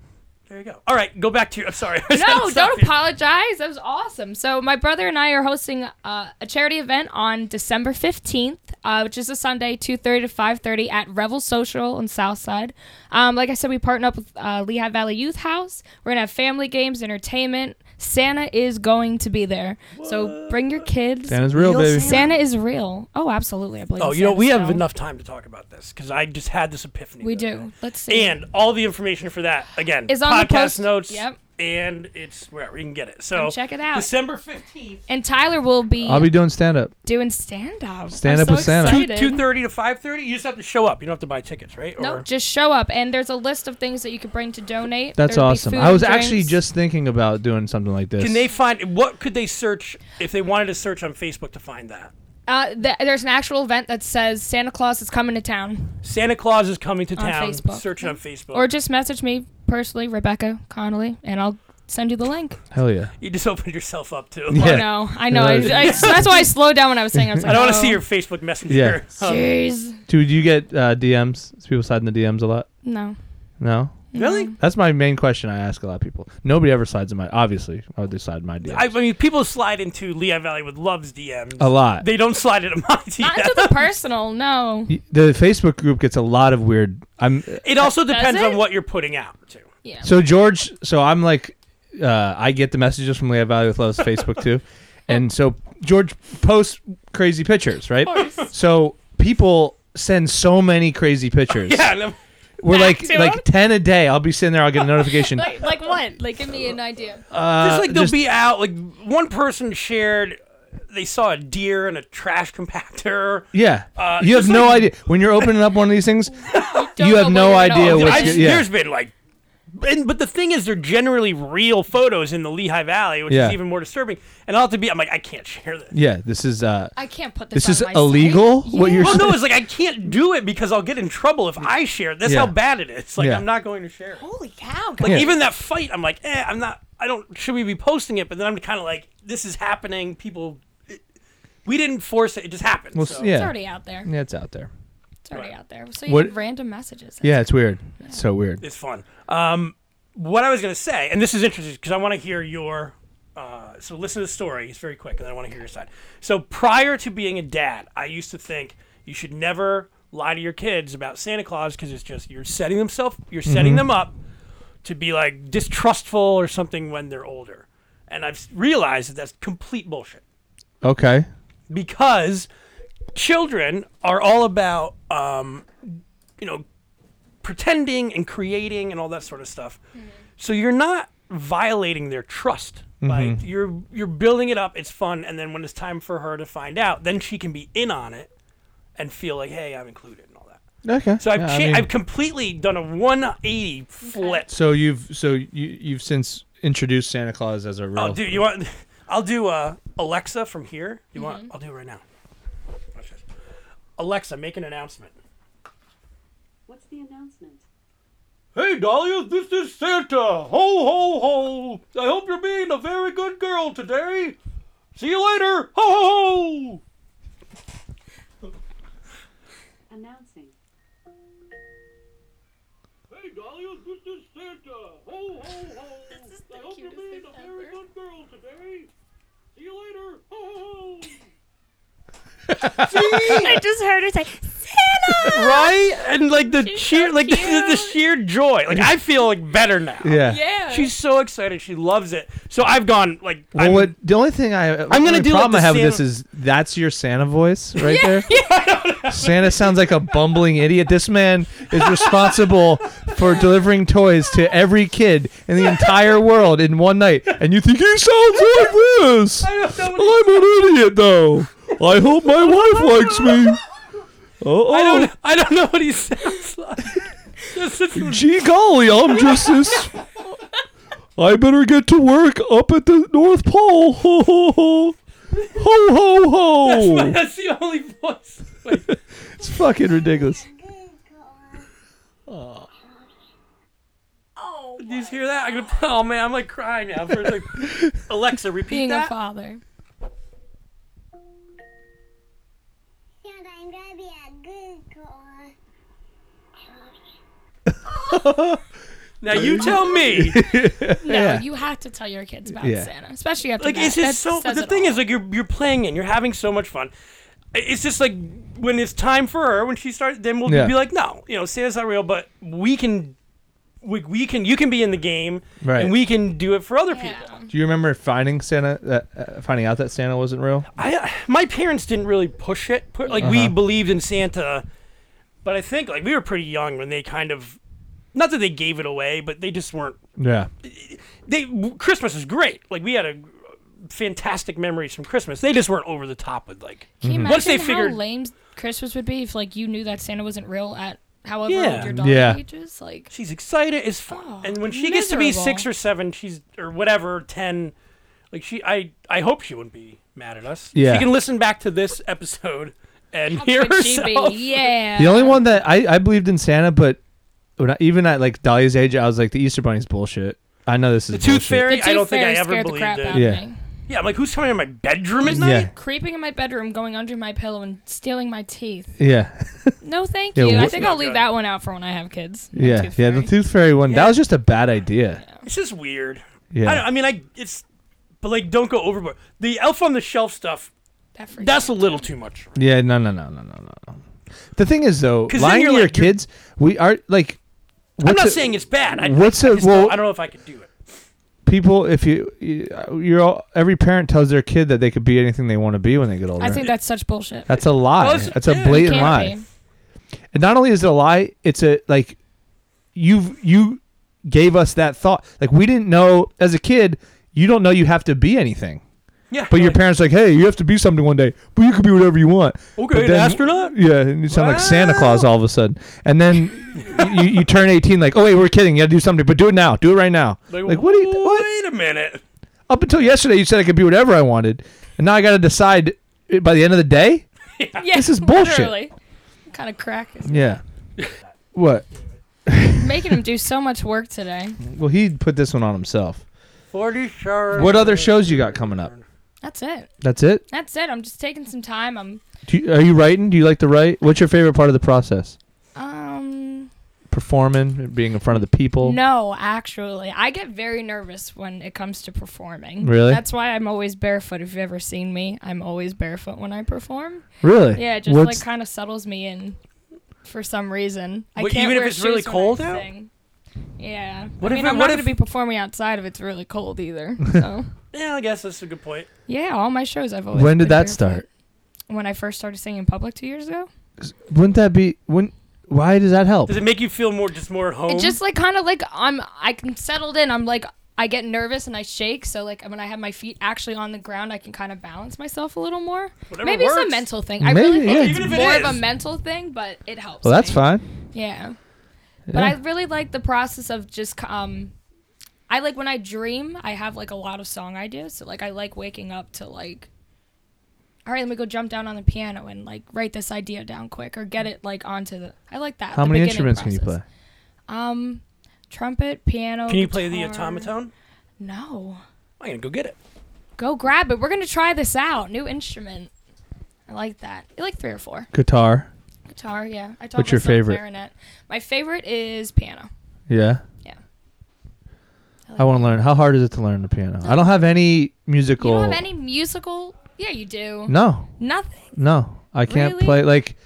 Speaker 2: there you go. All right, go back to your. I'm sorry.
Speaker 4: No,
Speaker 2: Stop
Speaker 4: don't
Speaker 2: you.
Speaker 4: apologize. That was awesome. So my brother and I are hosting uh, a charity event on December fifteenth, uh, which is a Sunday, two thirty to five thirty at Revel Social on Southside. Um, like I said, we partner up with uh, Lehigh Valley Youth House. We're gonna have family games, entertainment. Santa is going to be there, so bring your kids. Santa,
Speaker 3: Santa's real, baby.
Speaker 4: is real. Oh, absolutely. I believe.
Speaker 2: Oh,
Speaker 4: in
Speaker 2: you know,
Speaker 4: Santa
Speaker 2: we have
Speaker 4: still.
Speaker 2: enough time to talk about this because I just had this epiphany.
Speaker 4: We
Speaker 2: the other
Speaker 4: do.
Speaker 2: day.
Speaker 4: Let's see.
Speaker 2: And all the information for that again
Speaker 4: Is on the
Speaker 2: podcast
Speaker 4: post-
Speaker 2: notes.
Speaker 4: Yep.
Speaker 2: And it's wherever you can get it. So
Speaker 4: Come check it out.
Speaker 2: December fifteenth,
Speaker 4: and Tyler will be,
Speaker 3: I'll be doing stand up.
Speaker 4: doing stand up.
Speaker 3: Stand up with Santa.
Speaker 2: two two thirty to five thirty. You just have to show up. You don't have to buy tickets, right?
Speaker 4: No,
Speaker 2: Or,
Speaker 4: just show up, and there's a list of things that you could bring to donate.
Speaker 3: That's
Speaker 4: There'd be
Speaker 3: awesome.
Speaker 4: food
Speaker 3: I was
Speaker 4: and
Speaker 3: actually
Speaker 4: drinks.
Speaker 3: just thinking about doing something like this.
Speaker 2: can they find what could they search if they wanted to search on Facebook to find that?
Speaker 4: uh, th- there's an actual event that says Santa Claus is coming to town,
Speaker 2: Santa Claus is coming to
Speaker 4: On
Speaker 2: town.
Speaker 4: Facebook.
Speaker 2: Search it on Facebook.
Speaker 4: or just message me personally, Rebecca Connolly, and I'll send you the link.
Speaker 3: Hell yeah.
Speaker 2: you just opened yourself up too.
Speaker 3: Yeah.
Speaker 4: I know, I know. I,
Speaker 3: Right.
Speaker 4: I, that's why I slowed down when I was saying. I was like,
Speaker 2: I don't want to
Speaker 4: oh,
Speaker 2: see your Facebook Messenger.
Speaker 3: Yeah.
Speaker 2: Um,
Speaker 4: Jeez,
Speaker 3: Dude, do you get uh, DMs? Is people sliding the DMs a lot?
Speaker 4: no.
Speaker 3: No?
Speaker 2: really?
Speaker 3: That's my main question I ask a lot of people. Nobody ever slides in my obviously I would slide in my DMs.
Speaker 2: I, I mean, people slide into Lehigh Valley with Love's DMs
Speaker 3: a lot.
Speaker 2: They don't slide into my
Speaker 4: Not
Speaker 2: DMs.
Speaker 4: into the personal, no.
Speaker 3: Y- the Facebook group gets a lot of weird I'm
Speaker 2: It also depends
Speaker 4: it?
Speaker 2: on what you're putting out too.
Speaker 3: So George, so I'm like, uh, I get the messages from Leah Valley with Love's Facebook too, and so George posts crazy pictures, right? So people send so many crazy pictures.
Speaker 2: Yeah, and I'm-
Speaker 3: We're
Speaker 4: Back
Speaker 3: like
Speaker 4: to
Speaker 3: like
Speaker 4: him?
Speaker 3: ten a day. I'll be sitting there. I'll get a notification.
Speaker 4: Like, like what? Like, give me an idea.
Speaker 3: uh,
Speaker 2: just like they'll
Speaker 3: just-
Speaker 2: be out. Like one person shared, they saw a deer in a trash compactor.
Speaker 3: yeah.
Speaker 2: uh,
Speaker 3: you have
Speaker 2: just
Speaker 3: no
Speaker 2: like-
Speaker 3: idea when you're opening up one of these things.
Speaker 4: Don't
Speaker 3: you have
Speaker 4: know
Speaker 3: no
Speaker 4: what you're gonna
Speaker 3: idea
Speaker 4: open.
Speaker 3: what
Speaker 2: I
Speaker 3: you-
Speaker 2: just,
Speaker 3: yeah.
Speaker 2: There's been like and, but the thing is, they're generally real photos in the Lehigh Valley, which
Speaker 3: Yeah.
Speaker 2: is even more disturbing. And I'll have to be, I'm like, I can't share this.
Speaker 3: Yeah, this is uh,
Speaker 4: I can't put this.
Speaker 3: this is
Speaker 4: on my
Speaker 3: illegal.
Speaker 4: Site.
Speaker 3: What you're
Speaker 2: Well,
Speaker 3: saying?
Speaker 2: no, it's like I can't do it because I'll get in trouble if I share. it. That's
Speaker 3: Yeah.
Speaker 2: how bad it is. Like
Speaker 3: Yeah.
Speaker 2: I'm not going to share. It.
Speaker 4: Holy cow!
Speaker 2: Like
Speaker 3: Yeah.
Speaker 2: even that fight, I'm like, eh, I'm not. I don't. Should we be posting it? But then I'm kind of like, this is happening. People, it- we didn't force it. It just happened.
Speaker 3: Well,
Speaker 2: so.
Speaker 3: yeah,
Speaker 4: It's already out there.
Speaker 3: yeah, it's out there.
Speaker 4: It's already out there. So you
Speaker 3: What-
Speaker 4: get random messages.
Speaker 3: Yeah, it's weird. It's so weird.
Speaker 2: It's fun. Um, what I was gonna say, and this is interesting because I want to hear your. Uh, so listen to the story. It's very quick, and I want to hear your side. So prior to being a dad, I used to think you should never lie to your kids about Santa Claus because it's just you're setting themselves, you're setting them up to be like distrustful or something when they're older. And I've s- realized that that's complete bullshit
Speaker 3: Okay.
Speaker 2: because children are all about um, you know pretending and creating and all that sort of stuff so you're not violating their trust
Speaker 3: Mm-hmm.
Speaker 2: like you're you're building it up it's fun and then when it's time for her to find out then she can be in on it and feel like hey i'm included and all that
Speaker 3: Okay.
Speaker 2: so i've
Speaker 3: Yeah, I
Speaker 2: cha-
Speaker 3: mean-
Speaker 2: i've completely done a 180 flip
Speaker 3: so you've so you you've since introduced Santa Claus as a real.
Speaker 2: oh dude you want i'll do uh, alexa from here you want i'll do it right now Watch this. alexa make an announcement
Speaker 5: What's the announcement?
Speaker 2: Hey, Dahlia, this is Santa. Ho, ho, ho. I hope you're being a very good girl today. See you later. Ho, ho, ho.
Speaker 5: Announcing.
Speaker 2: Hey, Dahlia, this is Santa. Ho, ho, ho. This is the I hope you're being a very good girl today. See you later. Ho, ho,
Speaker 8: I just heard her say,
Speaker 2: ho. right? And like the sheer, like the, the sheer joy. Like I feel like better now.
Speaker 3: yeah.
Speaker 4: Yeah.
Speaker 2: She's so excited. She loves it. So I've gone like
Speaker 3: Well,
Speaker 2: I'm-
Speaker 3: what, the only thing I I'm
Speaker 2: gonna do, like,
Speaker 3: problem
Speaker 2: the
Speaker 3: I have with
Speaker 2: Santa-
Speaker 3: this is that's your Santa voice right there. Santa sounds like a bumbling idiot. This man is responsible for delivering toys to every kid in the entire world in one night, and you think he sounds like this?
Speaker 2: don't know what
Speaker 3: I'm an idiot though. I hope my wife likes me. Oh,
Speaker 2: I
Speaker 3: oh.
Speaker 2: don't I don't know what he sounds like. This is-
Speaker 3: Gee golly, I'm just this. I better get to work up at the North Pole. Ho ho ho. Ho ho ho.
Speaker 2: That's the only voice. Wait.
Speaker 3: It's fucking ridiculous.
Speaker 2: Do you hear that? I'm gonna, oh man, I'm like crying now. For like, Alexa, repeat
Speaker 4: being a
Speaker 2: that.
Speaker 4: father.
Speaker 8: Santa, I'm gonna be a good girl.
Speaker 2: now you tell me.
Speaker 4: No,
Speaker 3: Yeah.
Speaker 4: you have to tell your kids about
Speaker 3: Yeah.
Speaker 4: Santa, especially after
Speaker 2: Like
Speaker 4: that.
Speaker 2: it's just
Speaker 4: That
Speaker 2: so. But
Speaker 4: says
Speaker 2: the
Speaker 4: it
Speaker 2: thing
Speaker 4: all.
Speaker 2: is, like you're you're playing and you're having so much fun. It's just like when it's time for her, when she starts, then we'll
Speaker 3: Yeah.
Speaker 2: be like, no, you know, Santa's not real, but we can, we, we can, you can be in the game,
Speaker 3: Right.
Speaker 2: and we can do it for other people.
Speaker 4: yeah.
Speaker 3: Do you remember finding Santa, uh, uh, finding out that Santa wasn't real?
Speaker 2: I my parents didn't really push it. Put, like
Speaker 3: Uh-huh.
Speaker 2: we believed in Santa, but I think like we were pretty young when they kind of, not that they gave it away, but they just weren't
Speaker 3: Yeah.
Speaker 2: they Christmas is great. Like we had a fantastic memories from Christmas. They just weren't over the top with like.
Speaker 3: Mm-hmm.
Speaker 4: Can you imagine
Speaker 2: Once they
Speaker 4: how
Speaker 2: figured-
Speaker 4: lame Christmas would be if like you knew that Santa wasn't real at however
Speaker 2: Yeah.
Speaker 4: old your daughter
Speaker 3: Yeah.
Speaker 4: ages? Like
Speaker 2: She's excited. It's fun.
Speaker 4: Oh,
Speaker 2: and when she gets to be
Speaker 4: miserable.
Speaker 2: six or seven, she's or whatever ten. Like she, I, I hope she wouldn't be mad at us.
Speaker 3: Yeah.
Speaker 2: She can listen back to this episode and
Speaker 4: how
Speaker 2: hear
Speaker 4: could she
Speaker 2: herself.
Speaker 4: be? Yeah.
Speaker 3: The only one that I, I believed in Santa, but when I, even at like Dahlia's age, I was like, the Easter Bunny's bullshit. I know this is
Speaker 2: The Tooth
Speaker 3: bullshit.
Speaker 2: Fairy.
Speaker 4: The
Speaker 2: I don't
Speaker 4: Tooth
Speaker 2: think I
Speaker 4: Fairy
Speaker 2: ever
Speaker 4: scared the
Speaker 2: believed
Speaker 4: crap
Speaker 2: it.
Speaker 4: out
Speaker 2: Yeah.
Speaker 4: of
Speaker 3: Yeah.
Speaker 4: me.
Speaker 2: I'm like, who's coming in my bedroom at night?
Speaker 3: Yeah.
Speaker 4: Creeping in my bedroom, going under my pillow, and stealing my teeth.
Speaker 3: Yeah.
Speaker 4: No, thank
Speaker 3: Yeah,
Speaker 4: you. I
Speaker 3: what-
Speaker 4: think
Speaker 2: Not
Speaker 4: I'll leave
Speaker 2: good.
Speaker 4: that one out for when I have kids. The
Speaker 3: Yeah.
Speaker 4: Tooth
Speaker 3: yeah.
Speaker 4: Fairy.
Speaker 3: The Tooth Fairy one. That was just a bad idea.
Speaker 2: It's just weird.
Speaker 3: Yeah.
Speaker 2: I, don't, I mean, I it's, but like, don't go overboard. The Elf on the Shelf stuff.
Speaker 4: That freaked
Speaker 2: That's a
Speaker 4: me
Speaker 2: little
Speaker 4: out.
Speaker 2: too much.
Speaker 3: Yeah, no, no, no, no, no, no, no. The thing is, though,
Speaker 2: 'Cause then
Speaker 3: lying
Speaker 2: you're
Speaker 3: to your
Speaker 2: like- you're-
Speaker 3: kids, we are like.
Speaker 2: I'm
Speaker 3: what's
Speaker 2: not
Speaker 3: it-
Speaker 2: saying it's bad. I,
Speaker 3: what's
Speaker 2: I,
Speaker 3: a-
Speaker 2: just
Speaker 3: well-
Speaker 2: don't, I don't know if I could do it.
Speaker 3: people. If you, you- you're all, every parent tells their kid that they could be anything they want to be when they get older.
Speaker 4: I think that's such bullshit.
Speaker 3: that's a lie.
Speaker 2: Well, it's-
Speaker 3: that's a
Speaker 2: yeah, you
Speaker 3: blatant
Speaker 4: Can't
Speaker 3: lie.
Speaker 4: be.
Speaker 3: And not only is it a lie, it's a like, you've you gave us that thought. Like we didn't know as a kid. You don't know you have to be anything.
Speaker 2: Yeah.
Speaker 3: But your
Speaker 2: like,
Speaker 3: parents like, hey, you have to be something one day, but you could be whatever you want.
Speaker 2: Okay,
Speaker 3: But
Speaker 2: an astronaut?
Speaker 3: Yeah, and you sound like Santa Claus
Speaker 2: Wow.
Speaker 3: all of a sudden. And then you, you turn 18, like, oh wait, we're kidding. You got to do something, but do it now. Do it right now. Like, what? do you, what?
Speaker 2: Wait a minute.
Speaker 3: Up until yesterday, you said I could be whatever I wanted, and now I got to decide it by the end of the day.
Speaker 4: Yeah,
Speaker 3: This is bullshit.
Speaker 4: Literally. Kind of crack. is-
Speaker 3: Yeah. what?
Speaker 4: Making him do so much work today.
Speaker 3: Well, he put this one on himself.
Speaker 2: Forty shards.
Speaker 3: What other shows you got coming up?
Speaker 4: That's it.
Speaker 3: That's it.
Speaker 4: That's it. I'm just taking some time. I'm
Speaker 3: Do you, are you writing? Do you like to write? What's your favorite part of the process?
Speaker 4: um
Speaker 3: Performing, being in front of the people.
Speaker 4: no, actually. I get very nervous when it comes to performing.
Speaker 3: Really?
Speaker 4: That's why I'm always barefoot. If you've ever seen me, I'm always barefoot when I perform.
Speaker 3: Really?
Speaker 4: Yeah, it just
Speaker 3: What's-
Speaker 4: like kind of settles me in for some reason. I
Speaker 2: Wait,
Speaker 4: can't
Speaker 2: even if
Speaker 4: wear
Speaker 2: it's really
Speaker 4: shoes when I
Speaker 2: cold out?
Speaker 4: sing. Yeah.
Speaker 2: What
Speaker 4: I
Speaker 2: if
Speaker 4: mean,
Speaker 2: it-
Speaker 4: I'm
Speaker 2: what
Speaker 4: not
Speaker 2: if-
Speaker 4: going to be performing outside if it's really cold either. So,
Speaker 2: Yeah, I guess that's a good point.
Speaker 4: yeah, all my shows I've always
Speaker 3: When did
Speaker 4: been
Speaker 3: that
Speaker 4: barefoot.
Speaker 3: start?
Speaker 4: When I first started singing in public 2 years ago.
Speaker 3: Wouldn't that be when? Why does that help?
Speaker 2: Does it make you feel more just more at home?
Speaker 4: It just like kind of like I'm I can settled in. I'm like I get nervous and I shake. So like when I have my feet actually on the ground, I can kind of balance myself a little more.
Speaker 2: Whatever
Speaker 4: Maybe it's
Speaker 2: works.
Speaker 4: a mental thing. I
Speaker 3: Maybe,
Speaker 4: really
Speaker 3: yeah.
Speaker 4: think
Speaker 2: Even
Speaker 4: it's
Speaker 2: if it
Speaker 4: more
Speaker 2: is.
Speaker 4: of a mental thing, but it helps.
Speaker 3: well, that's
Speaker 4: me.
Speaker 3: fine.
Speaker 4: Yeah. But I really like the process of just um I like when I dream, I have like a lot of song ideas. So like I like waking up to like all right, let me go jump down on the piano and like write this idea down quick or get it like onto the I like that.
Speaker 3: How
Speaker 4: the
Speaker 3: many
Speaker 4: beginning
Speaker 3: instruments can you play?
Speaker 4: process. Um trumpet, piano.
Speaker 2: Can you play the
Speaker 4: guitar.
Speaker 2: automaton?
Speaker 4: No.
Speaker 2: I'm gonna go get it.
Speaker 4: Go grab it. We're gonna try this out. New instrument. I like that. You like three or four.
Speaker 3: Guitar.
Speaker 4: Guitar, yeah. I taught
Speaker 3: What's your
Speaker 4: myself
Speaker 3: favorite?
Speaker 4: clarinet. My favorite is piano.
Speaker 3: Yeah.
Speaker 4: Yeah.
Speaker 3: I want to learn. How hard is it to learn the piano? I don't have any musical.
Speaker 4: You don't have any musical? Yeah, you do.
Speaker 3: No,
Speaker 4: Nothing.
Speaker 3: no, I can't
Speaker 4: Really?
Speaker 3: play like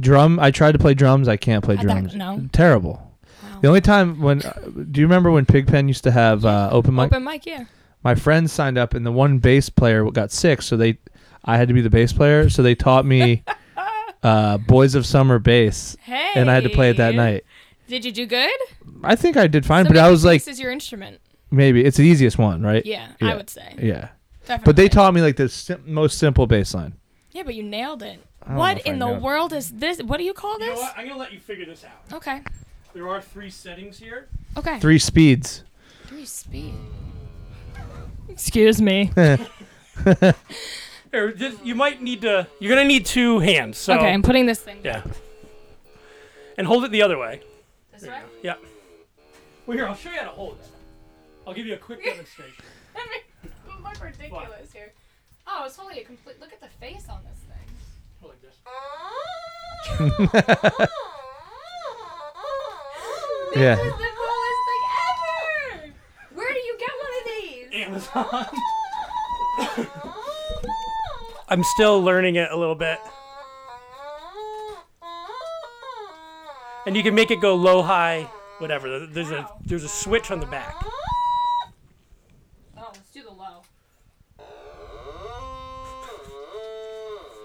Speaker 3: drum. I tried to play drums. I can't play
Speaker 4: I thought-
Speaker 3: drums.
Speaker 4: no.
Speaker 3: Terrible. The only time when, do you remember when Pigpen used to have uh, open mic?
Speaker 4: Open mic, yeah.
Speaker 3: my friends signed up and the one bass player got sick so they i had to be the bass player so they taught me uh, boys of summer bass
Speaker 4: Hey.
Speaker 3: and i had to play it that night
Speaker 4: Did you do good?
Speaker 3: i think i did fine
Speaker 4: So
Speaker 3: but i
Speaker 4: maybe
Speaker 3: was like
Speaker 4: This is your instrument.
Speaker 3: maybe it's the easiest one right
Speaker 4: Yeah,
Speaker 3: Yeah.
Speaker 4: I would say.
Speaker 3: yeah
Speaker 4: Definitely.
Speaker 3: but they taught me like the sim- most simple bass line
Speaker 4: Yeah, but you nailed it.
Speaker 3: don't know
Speaker 4: What
Speaker 3: if I
Speaker 4: in the
Speaker 3: nailed it.
Speaker 4: world is this? What do you call
Speaker 2: You know
Speaker 4: this?
Speaker 2: what? I'm gonna let you figure this out.
Speaker 4: okay.
Speaker 2: There are three settings here.
Speaker 4: Okay.
Speaker 3: three speeds
Speaker 4: Three speed. Excuse me.
Speaker 2: Here, just, you might need to. You're gonna need two hands. So
Speaker 4: Okay, I'm putting this thing.
Speaker 2: yeah. And hold it the other way.
Speaker 4: This way?
Speaker 2: Yeah. Well, here I'll show you how to hold it. I'll give you a quick demonstration.
Speaker 4: I mean, look ridiculous here. Oh, it's holding a complete. Look at the face on this thing.
Speaker 2: Go like this.
Speaker 3: Yeah.
Speaker 4: This is the coolest thing ever! Where do you get one of these?
Speaker 2: Amazon. I'm still learning it a little bit, and you can make it go low, high, whatever. There's a there's a switch on the back.
Speaker 4: Oh, let's do the low.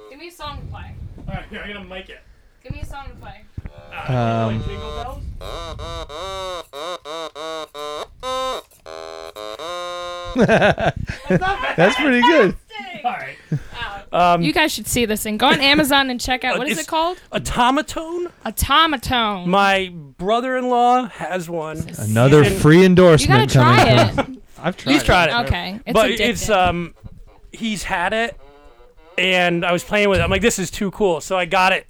Speaker 4: Give me a song to play.
Speaker 2: All right, here I'm gonna mic it.
Speaker 4: Give me a song to play.
Speaker 3: um,
Speaker 2: Jingle bells.
Speaker 3: that's pretty good
Speaker 2: All right.
Speaker 4: you guys should see this thing. Go on Amazon and check out. What is
Speaker 2: Um, it's-
Speaker 4: it called?
Speaker 2: Automatone.
Speaker 4: Automatone.
Speaker 2: My brother-in-law has one.
Speaker 3: another
Speaker 2: Season-
Speaker 3: free
Speaker 4: you gotta
Speaker 3: endorsement
Speaker 4: try
Speaker 3: coming
Speaker 4: it.
Speaker 3: i've tried
Speaker 2: He's tried it.
Speaker 4: Okay, it's
Speaker 2: but
Speaker 4: addictive.
Speaker 2: it's um, he's had it, and I was playing with it. I'm like, this is too cool. So I got it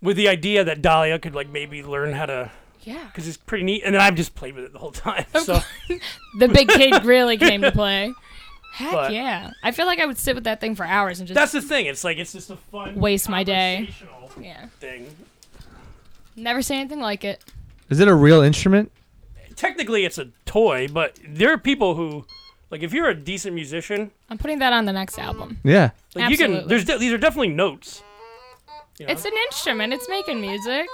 Speaker 2: with the idea that Dahlia could like maybe learn how to,
Speaker 4: yeah.
Speaker 2: because it's pretty neat. And then I've just played with it the whole time. So
Speaker 4: The big kid really came to play. Heck
Speaker 2: But-
Speaker 4: yeah. I feel like I would sit with that thing for hours and just
Speaker 2: that's the thing. It's like it's just a fun
Speaker 4: waste my day.
Speaker 2: conversational
Speaker 4: Yeah.
Speaker 2: Thing.
Speaker 4: Never seen anything like it.
Speaker 3: is it a real instrument
Speaker 2: Technically, it's a toy, but there are people who, like, if you're a decent musician,
Speaker 4: I'm putting that on the next album.
Speaker 3: yeah
Speaker 2: like you can.
Speaker 4: Absolutely.
Speaker 2: There's de- these are definitely notes.
Speaker 4: It's an instrument. It's making music.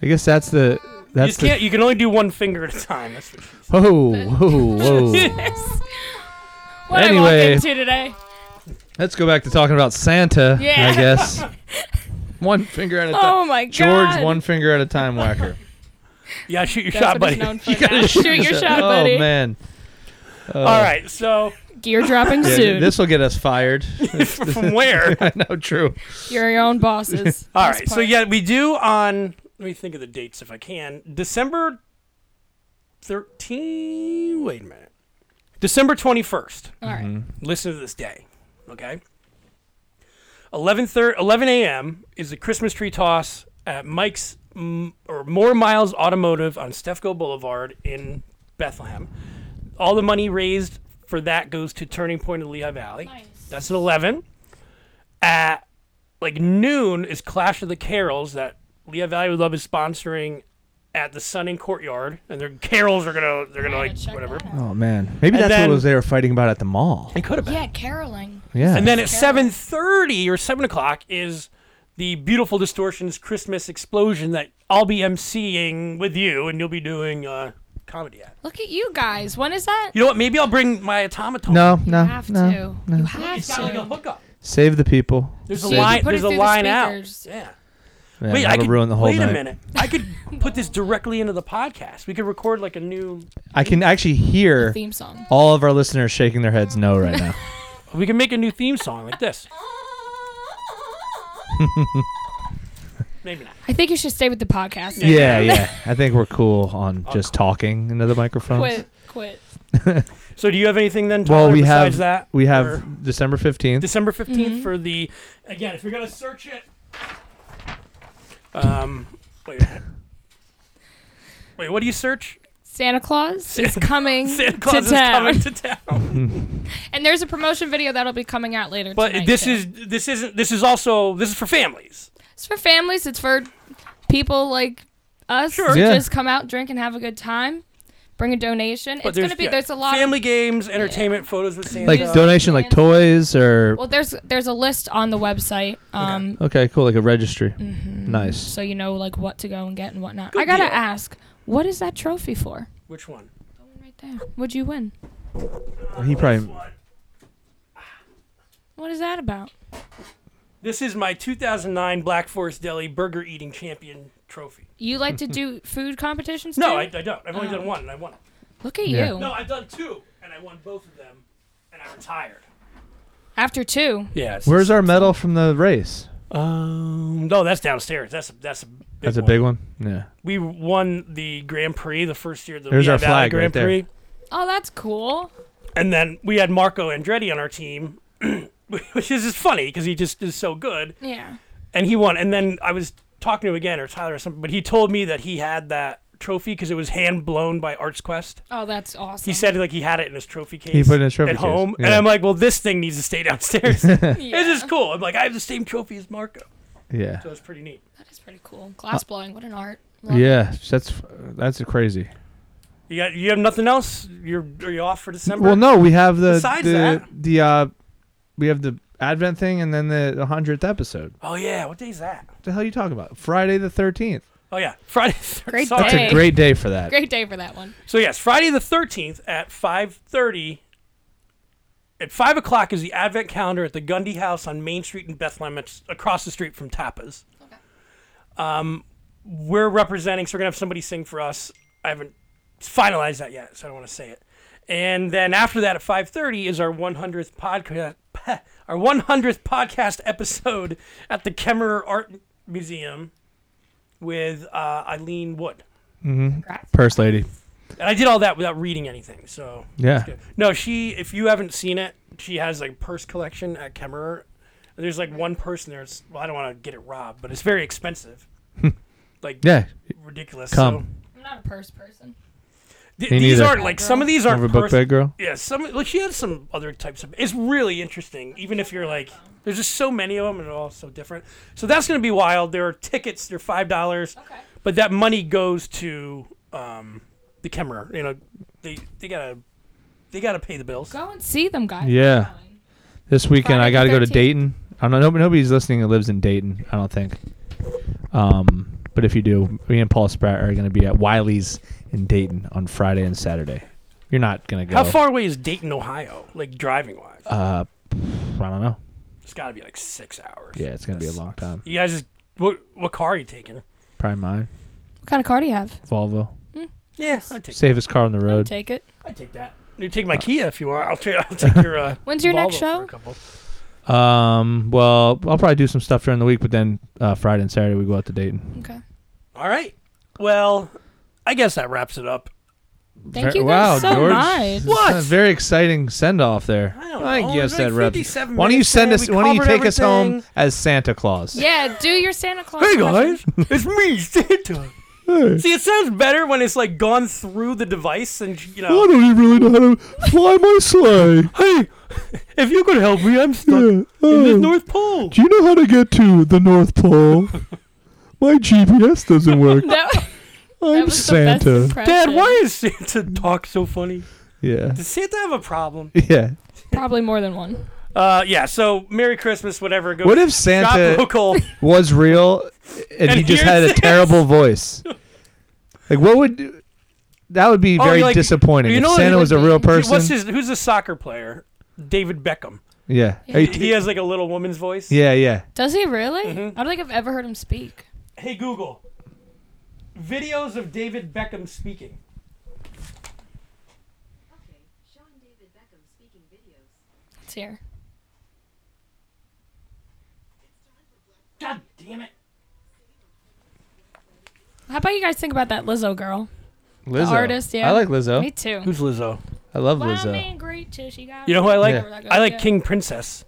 Speaker 3: i guess that's the
Speaker 2: You
Speaker 3: that's
Speaker 2: just can't.
Speaker 3: the
Speaker 2: You can only do one finger at a time. That's what she said.
Speaker 3: whoa whoa whoa
Speaker 4: What I
Speaker 3: Anyway.
Speaker 4: walk into today.
Speaker 3: Let's go back to talking about Santa,
Speaker 4: Yeah.
Speaker 3: I guess. one finger at a time.
Speaker 4: Oh my
Speaker 3: George,
Speaker 4: god.
Speaker 3: one finger at a time whacker.
Speaker 2: Yeah, shoot Oh, your
Speaker 4: That's
Speaker 2: shot,
Speaker 4: what
Speaker 2: buddy.
Speaker 4: he's known for. now. Shoot your shot,
Speaker 3: oh,
Speaker 4: buddy.
Speaker 3: man.
Speaker 2: All right, so
Speaker 4: Gear dropping soon.
Speaker 3: This will get us fired.
Speaker 2: From where?
Speaker 3: I know, true.
Speaker 4: You're your own bosses.
Speaker 2: All
Speaker 4: Best
Speaker 2: right. So
Speaker 4: part.
Speaker 2: yeah, we do on. Let me think of the dates if I can. December thirteen. Wait a minute. December twenty first.
Speaker 4: All right.
Speaker 2: Listen to this day. Okay. 11, thir- 11 a.m. is the Christmas tree toss at Mike's mm, or More Miles Automotive on Stefco Boulevard in Bethlehem. All the money raised for that goes to Turning Point of Lehigh Valley. That's at 11. At like noon is Clash of the Carols that Lehigh Valley Would Love is sponsoring at the Sunning Courtyard, and their carols are gonna they're gonna like
Speaker 4: check
Speaker 2: whatever.
Speaker 4: that
Speaker 3: Oh man, maybe
Speaker 2: And
Speaker 3: that's
Speaker 2: then-
Speaker 3: what was they were fighting about at the mall.
Speaker 2: It could have been.
Speaker 4: Yeah, caroling.
Speaker 3: Yeah,
Speaker 2: And then at seven thirty or seven o'clock is the beautiful distortions Christmas explosion that I'll be emceeing with you, and you'll be doing uh, comedy at.
Speaker 4: Look at you guys. When is that?
Speaker 2: You know what? Maybe I'll bring my automaton.
Speaker 3: no, no,
Speaker 4: you have
Speaker 3: no.
Speaker 4: to. You have
Speaker 2: it's got like a
Speaker 4: to.
Speaker 2: hookup.
Speaker 3: Save the people.
Speaker 2: There's a
Speaker 3: Save-
Speaker 2: line.
Speaker 4: put it
Speaker 2: There's a
Speaker 4: through the
Speaker 2: line out.
Speaker 4: speakers.
Speaker 2: Yeah.
Speaker 3: Man,
Speaker 2: wait, I
Speaker 3: that'll
Speaker 2: could
Speaker 3: ruin the whole
Speaker 2: wait
Speaker 3: night.
Speaker 2: a minute. I could put this directly into the podcast. We could record like a new.
Speaker 3: I can actually hear
Speaker 4: Theme song.
Speaker 3: all of our listeners shaking their heads no right now.
Speaker 2: We can make a new theme song like this. Maybe not.
Speaker 4: I think you should stay with the podcast.
Speaker 3: yeah, yeah. I think we're cool on just talking into the microphones.
Speaker 4: Quit. Quit.
Speaker 2: So, do you have anything then? Tyler,
Speaker 3: Well, we
Speaker 2: besides
Speaker 3: have
Speaker 2: that,
Speaker 3: we have
Speaker 2: Or
Speaker 3: December fifteenth.
Speaker 2: December 15th
Speaker 4: Mm-hmm.
Speaker 2: for the. Again, if you're gonna search it. Um. Wait. a minute. Wait. What do you search?
Speaker 4: Santa Claus is coming
Speaker 2: Santa Claus
Speaker 4: to
Speaker 2: is
Speaker 4: town.
Speaker 2: coming to town.
Speaker 4: and there's a promotion video that'll be coming out later.
Speaker 2: But
Speaker 4: tonight,
Speaker 2: this
Speaker 4: too.
Speaker 2: is this isn't this is also this is for families.
Speaker 4: It's for families. It's for people like us
Speaker 2: Sure.
Speaker 4: who
Speaker 3: Yeah.
Speaker 4: just come out, drink, and have a good time. Bring a donation.
Speaker 2: But
Speaker 4: it's gonna be
Speaker 2: yeah,
Speaker 4: there's a lot
Speaker 2: family
Speaker 4: of
Speaker 2: games, entertainment, photos with Santa.
Speaker 3: Like donation, like toys or
Speaker 4: well, there's there's a list on the website, um,
Speaker 3: okay, cool, like a registry. Nice.
Speaker 4: so you know like what to go and get and whatnot.
Speaker 2: Good
Speaker 4: I gotta
Speaker 2: deal.
Speaker 4: ask, what is that trophy for?
Speaker 2: Which one?
Speaker 4: Right there. What'd you win?
Speaker 3: He probably
Speaker 4: What is that about?
Speaker 2: This is my 2009 Black Forest Deli Burger Eating Champion Trophy.
Speaker 4: You like to do food competitions?
Speaker 2: No,
Speaker 4: too?
Speaker 2: I, I don't. I've
Speaker 4: Oh.
Speaker 2: only done one, and I won it.
Speaker 4: Look at
Speaker 3: Yeah.
Speaker 4: you.
Speaker 2: No, I've done two, and I won both of them, and I retired.
Speaker 4: After two,
Speaker 2: Yeah. It's
Speaker 3: Where's our medal from the race?
Speaker 2: Um, no, that's downstairs. That's a, that's a big
Speaker 3: That's a
Speaker 2: one.
Speaker 3: big one. Yeah.
Speaker 2: We won the Grand Prix the first year. The
Speaker 3: There's
Speaker 2: Lehigh
Speaker 3: our
Speaker 2: Valley
Speaker 3: flag
Speaker 2: Grand
Speaker 3: right there.
Speaker 2: Prix,
Speaker 4: oh, that's cool.
Speaker 2: and then we had Marco Andretti on our team, which is just funny because he just is so good,
Speaker 4: Yeah.
Speaker 2: and he won. And then I was talking to him again or Tyler or something, but he told me that he had that trophy because it was hand blown by Arts Quest.
Speaker 4: Oh, that's awesome.
Speaker 2: He said like he had it in his trophy case.
Speaker 3: put it in his trophy
Speaker 2: at
Speaker 3: case,
Speaker 2: home, and
Speaker 3: yeah.
Speaker 2: I'm like, well, this thing needs to stay downstairs. it's
Speaker 4: yeah.
Speaker 2: just cool. I'm like, I have the same trophy as Marco.
Speaker 3: Yeah.
Speaker 2: That was pretty neat.
Speaker 4: That is pretty cool. Glass blowing. What an art. Love it.
Speaker 3: Yeah. That's that's crazy.
Speaker 2: You got you have nothing else? You're are you off for December?
Speaker 3: Well, no, we have the
Speaker 2: Besides
Speaker 3: the
Speaker 2: that-
Speaker 3: the uh, we have the Advent thing, and then the hundredth episode. What
Speaker 2: Oh yeah, what day is that?
Speaker 3: the hell are you talking about? Friday the thirteenth.
Speaker 2: Oh yeah, Friday.
Speaker 4: Great
Speaker 2: Sorry.
Speaker 4: day.
Speaker 3: It's a great day for that.
Speaker 4: Great day for that one.
Speaker 2: So yes, Friday the thirteenth at five thirty. At five o'clock is the Advent calendar at the Gundy House on Main Street in Bethlehem. It's across the street from Tapas. Um, we're representing, so we're gonna have somebody sing for us. I haven't finalized that yet, so I don't want to say it. And then after that, at five thirty, is our one hundredth podcast, our one hundredth podcast episode at the Kemmerer Art Museum with uh, Eileen Wood.
Speaker 3: Purse lady.
Speaker 2: And I did all that without reading anything. So
Speaker 3: Yeah.
Speaker 2: it's good. no, she. If you haven't seen it, she has like a purse collection at Kemmerer. And There's like one person there. It's, well, I don't want to get it robbed, but it's very expensive. like
Speaker 3: Hmm. Yeah.
Speaker 2: ridiculous.
Speaker 3: Come.
Speaker 4: I'm not a purse person.
Speaker 2: So, th-
Speaker 3: Me
Speaker 2: these
Speaker 3: neither.
Speaker 2: aren't like some of these aren't
Speaker 3: Over book
Speaker 2: purse-
Speaker 3: bag girl.
Speaker 2: Yeah, some like she has some other types of. It's really interesting, even if you're like. There's just so many of them, and they're all so different. So that's gonna be wild. There are tickets. They're five dollars,
Speaker 4: Okay.
Speaker 2: but that money goes to um, the Kemmerer. You know, they they gotta they gotta pay the bills.
Speaker 4: Go and see them, guys.
Speaker 3: Yeah. This weekend
Speaker 4: Friday
Speaker 3: I
Speaker 4: the
Speaker 3: got to go to
Speaker 4: 13th.
Speaker 3: Dayton. I don't know. Nobody's listening that lives in Dayton. I don't think. Um, but if you do, me and Paul Spratt are going to be at Wiley's in Dayton on Friday and Saturday. You're not going to go.
Speaker 2: How far away is Dayton, Ohio, like driving wise?
Speaker 3: Uh, I don't know.
Speaker 2: it's got to be like six hours.
Speaker 3: Yeah, it's going to be a long time.
Speaker 2: You guys, just, what what car are you taking?
Speaker 3: Probably mine.
Speaker 4: What kind of car do you have?
Speaker 3: Volvo.
Speaker 2: Yeah, I take Uh,
Speaker 3: Safest car on the road.
Speaker 4: Take it.
Speaker 2: I take that. You take my Kia if you want. I'll, ta- I'll take your. Uh,
Speaker 4: When's your next
Speaker 2: Volvo for
Speaker 4: show?
Speaker 2: a couple.
Speaker 3: Um, well, I'll probably do some stuff during the week, but then uh, Friday and Saturday we go out to Dayton.
Speaker 4: Okay.
Speaker 2: All right. Well, I guess that wraps it up.
Speaker 4: Thank you
Speaker 3: wow,
Speaker 4: guys so
Speaker 3: George.
Speaker 4: much.
Speaker 2: What?
Speaker 3: That's a very exciting send off there.
Speaker 2: I don't know.
Speaker 3: guess
Speaker 2: It was
Speaker 3: that
Speaker 2: like
Speaker 3: wraps.
Speaker 2: 57
Speaker 3: Why don't you
Speaker 2: minutes
Speaker 3: send
Speaker 2: there.
Speaker 3: us?
Speaker 2: We
Speaker 3: Why don't you
Speaker 2: covered
Speaker 3: take us home
Speaker 2: everything.
Speaker 3: as Santa Claus?
Speaker 4: Yeah, do your Santa Claus.
Speaker 2: Hey
Speaker 4: impression.
Speaker 2: guys, it's me, Santa. See, it sounds better when it's like gone through the device, and you know.
Speaker 3: don't even really know how to fly my sleigh.
Speaker 2: Hey, if you could help me, I'm stuck in the North Pole.
Speaker 3: Oh. you know how to get to the North Pole? My GPS doesn't work.
Speaker 4: That, that
Speaker 3: I'm
Speaker 4: was The best impression.
Speaker 2: Dad, why is Santa talk so funny?
Speaker 3: Yeah.
Speaker 2: Does Santa have a problem?
Speaker 3: Yeah.
Speaker 4: Probably more than one.
Speaker 2: Uh, yeah. So Merry Christmas, whatever. Go
Speaker 3: What if
Speaker 2: shop
Speaker 3: Santa
Speaker 2: local?
Speaker 3: was real and, he
Speaker 2: And
Speaker 3: just
Speaker 2: here's
Speaker 3: had a
Speaker 2: this.
Speaker 3: terrible voice? Like what would that would be
Speaker 2: Oh,
Speaker 3: very
Speaker 2: you're like-
Speaker 3: disappointing.
Speaker 2: you know
Speaker 3: if
Speaker 2: what
Speaker 3: Santa
Speaker 2: it
Speaker 3: was a
Speaker 4: would be?
Speaker 3: real
Speaker 4: He-
Speaker 3: person.
Speaker 2: What's his? Who's a soccer player? David Beckham.
Speaker 3: yeah. Are
Speaker 2: He
Speaker 3: you-
Speaker 2: has like a little woman's voice.
Speaker 3: Yeah, yeah.
Speaker 4: Does he really?
Speaker 2: Mm-hmm.
Speaker 4: I don't think I've ever heard him speak.
Speaker 2: Hey Google. Videos of David Beckham speaking.
Speaker 5: Okay, Sean David Beckham speaking videos.
Speaker 4: It's here.
Speaker 2: God damn it.
Speaker 4: How about you guys think about that Lizzo girl?
Speaker 3: Lizzo.
Speaker 4: artist, yeah.
Speaker 3: I like Lizzo.
Speaker 4: Me too.
Speaker 2: Who's Lizzo?
Speaker 3: I love
Speaker 4: Well,
Speaker 3: Lizzo.
Speaker 4: man, great too. She got.
Speaker 2: You know who I like?
Speaker 3: Yeah.
Speaker 2: I like King Princess.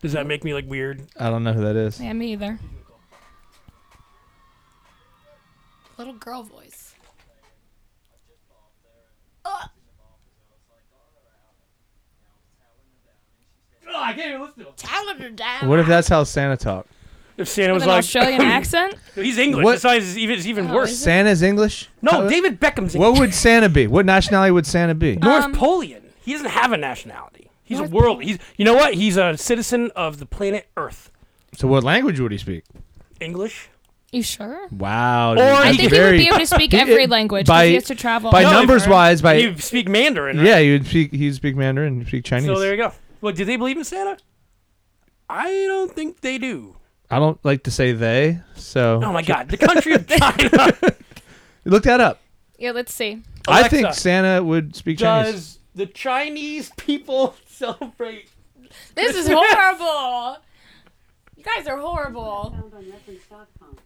Speaker 2: Does that make me like weird?
Speaker 3: I don't know who that is.
Speaker 4: Yeah, me either. Little girl voice.
Speaker 2: Oh, I can't even listen to him.
Speaker 3: What if that's how Santa talked?
Speaker 2: If Santa was
Speaker 4: With an
Speaker 2: like
Speaker 4: Australian accent.
Speaker 2: he's English.
Speaker 3: What?
Speaker 2: That's why it's even, it's even
Speaker 4: Oh,
Speaker 2: worse.
Speaker 4: is
Speaker 3: Santa's English?
Speaker 2: No,
Speaker 3: How-
Speaker 2: David Beckham's
Speaker 3: What would Santa be? What nationality would Santa be?
Speaker 2: North
Speaker 4: Um,
Speaker 2: Polean. He doesn't have a nationality. He's
Speaker 4: North
Speaker 2: a world. He's you know what? He's a citizen of the planet Earth.
Speaker 3: So what language would he speak?
Speaker 2: English.
Speaker 4: You sure?
Speaker 3: Wow. dude,
Speaker 2: Or
Speaker 3: that's
Speaker 2: I
Speaker 4: I
Speaker 2: He
Speaker 4: think
Speaker 2: could-
Speaker 4: he would
Speaker 3: very-
Speaker 4: be able to speak
Speaker 3: He-
Speaker 4: every
Speaker 3: it-
Speaker 4: language
Speaker 3: by-
Speaker 4: because he has to travel.
Speaker 3: by
Speaker 4: all over.
Speaker 3: numbers wise, by
Speaker 2: you speak Mandarin. Right?
Speaker 3: yeah, you would speak. He would speak Mandarin. You speak Chinese.
Speaker 2: So there you go. Well, do they believe in Santa? I don't think they do.
Speaker 3: I don't like to say they, so
Speaker 2: Oh my God, the country of China
Speaker 3: look that up.
Speaker 4: Yeah, let's see.
Speaker 3: I think
Speaker 2: Alexa,
Speaker 3: Santa would speak Chinese.
Speaker 2: does the Chinese people celebrate?
Speaker 4: This is horrible. You guys are horrible.
Speaker 5: Found on reference.com.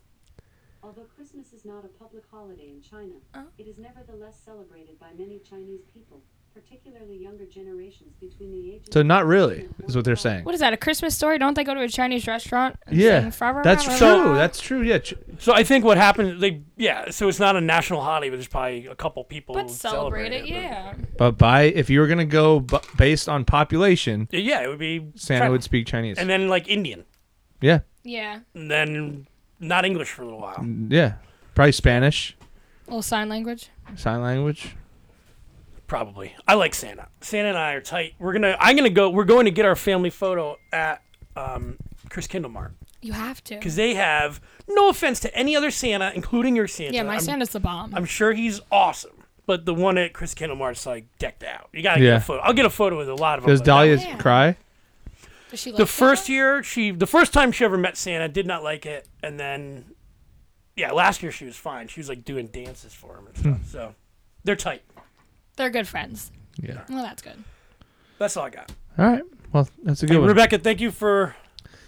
Speaker 5: Although Christmas is not a public holiday in China, it is nevertheless celebrated by many Chinese people, particularly younger generations between the ages.
Speaker 3: So
Speaker 5: of
Speaker 3: not really
Speaker 5: 15 and
Speaker 3: is what they're
Speaker 5: 45.
Speaker 3: saying.
Speaker 4: What is that? A Christmas story? Don't they go to a Chinese restaurant? and
Speaker 3: Yeah,
Speaker 4: sing "Fra, ra,
Speaker 3: that's
Speaker 4: ra, ra, ra"?
Speaker 3: true. That's true. Yeah, Ch-
Speaker 2: So I think what happened, they yeah. So it's not a national holiday, but there's probably a couple people
Speaker 4: But
Speaker 2: who
Speaker 4: celebrate it,
Speaker 2: but-
Speaker 4: yeah.
Speaker 3: but by if you were gonna go b- based on population,
Speaker 2: Yeah, it would be
Speaker 3: Santa
Speaker 2: China.
Speaker 3: would speak Chinese.
Speaker 2: and then like Indian,
Speaker 3: yeah,
Speaker 4: Yeah.
Speaker 2: and then not English for a little while.
Speaker 3: yeah, probably Spanish
Speaker 4: Little sign language.
Speaker 3: sign language.
Speaker 2: Probably. I like Santa. Santa and I are tight. We're gonna. I'm gonna go. We're going to get our family photo at um, Chris Kindle Mart
Speaker 4: You have to.
Speaker 2: because they have. No offense to any other Santa, including your Santa.
Speaker 4: Yeah, my
Speaker 2: I'm,
Speaker 4: Santa's the bomb.
Speaker 2: I'm sure he's awesome, but the one at Chris Kindle Mart's like decked out. You gotta get
Speaker 3: Yeah.
Speaker 2: a photo. I'll get a photo with a lot of them.
Speaker 3: Does
Speaker 2: but that
Speaker 3: Dahlia
Speaker 2: one-
Speaker 4: Yeah.
Speaker 3: cry?
Speaker 4: Does she
Speaker 2: The
Speaker 4: like Santa?
Speaker 2: first year she, the first time she ever met Santa, did not like it, and then, yeah, last year she was fine. She was like doing dances for him and
Speaker 3: Hmm.
Speaker 2: stuff. so, they're tight.
Speaker 4: They're good friends.
Speaker 3: Yeah.
Speaker 4: Well, that's good.
Speaker 2: That's all I got.
Speaker 3: All right. Well, that's a good one.
Speaker 2: Rebecca, thank you for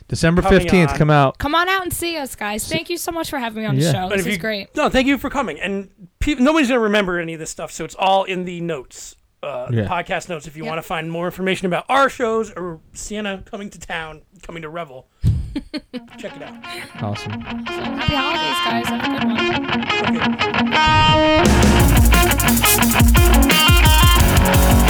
Speaker 3: December
Speaker 2: coming
Speaker 3: fifteenth,
Speaker 2: on.
Speaker 3: come out.
Speaker 4: Come on out and see us, guys. Thank you so much for having me on
Speaker 3: Yeah.
Speaker 4: the show.
Speaker 2: But
Speaker 4: This
Speaker 2: if
Speaker 4: is
Speaker 2: you-
Speaker 4: great.
Speaker 2: No, thank you for coming. And peop nobody's going to remember any of this stuff, so it's all in the notes, uh,
Speaker 3: Yeah.
Speaker 2: podcast notes. If you
Speaker 4: Yep.
Speaker 2: want to find more information about our shows or Sienna coming to town, coming to Revel, check it out.
Speaker 3: Awesome.
Speaker 4: So, happy holidays, guys. Have a good one.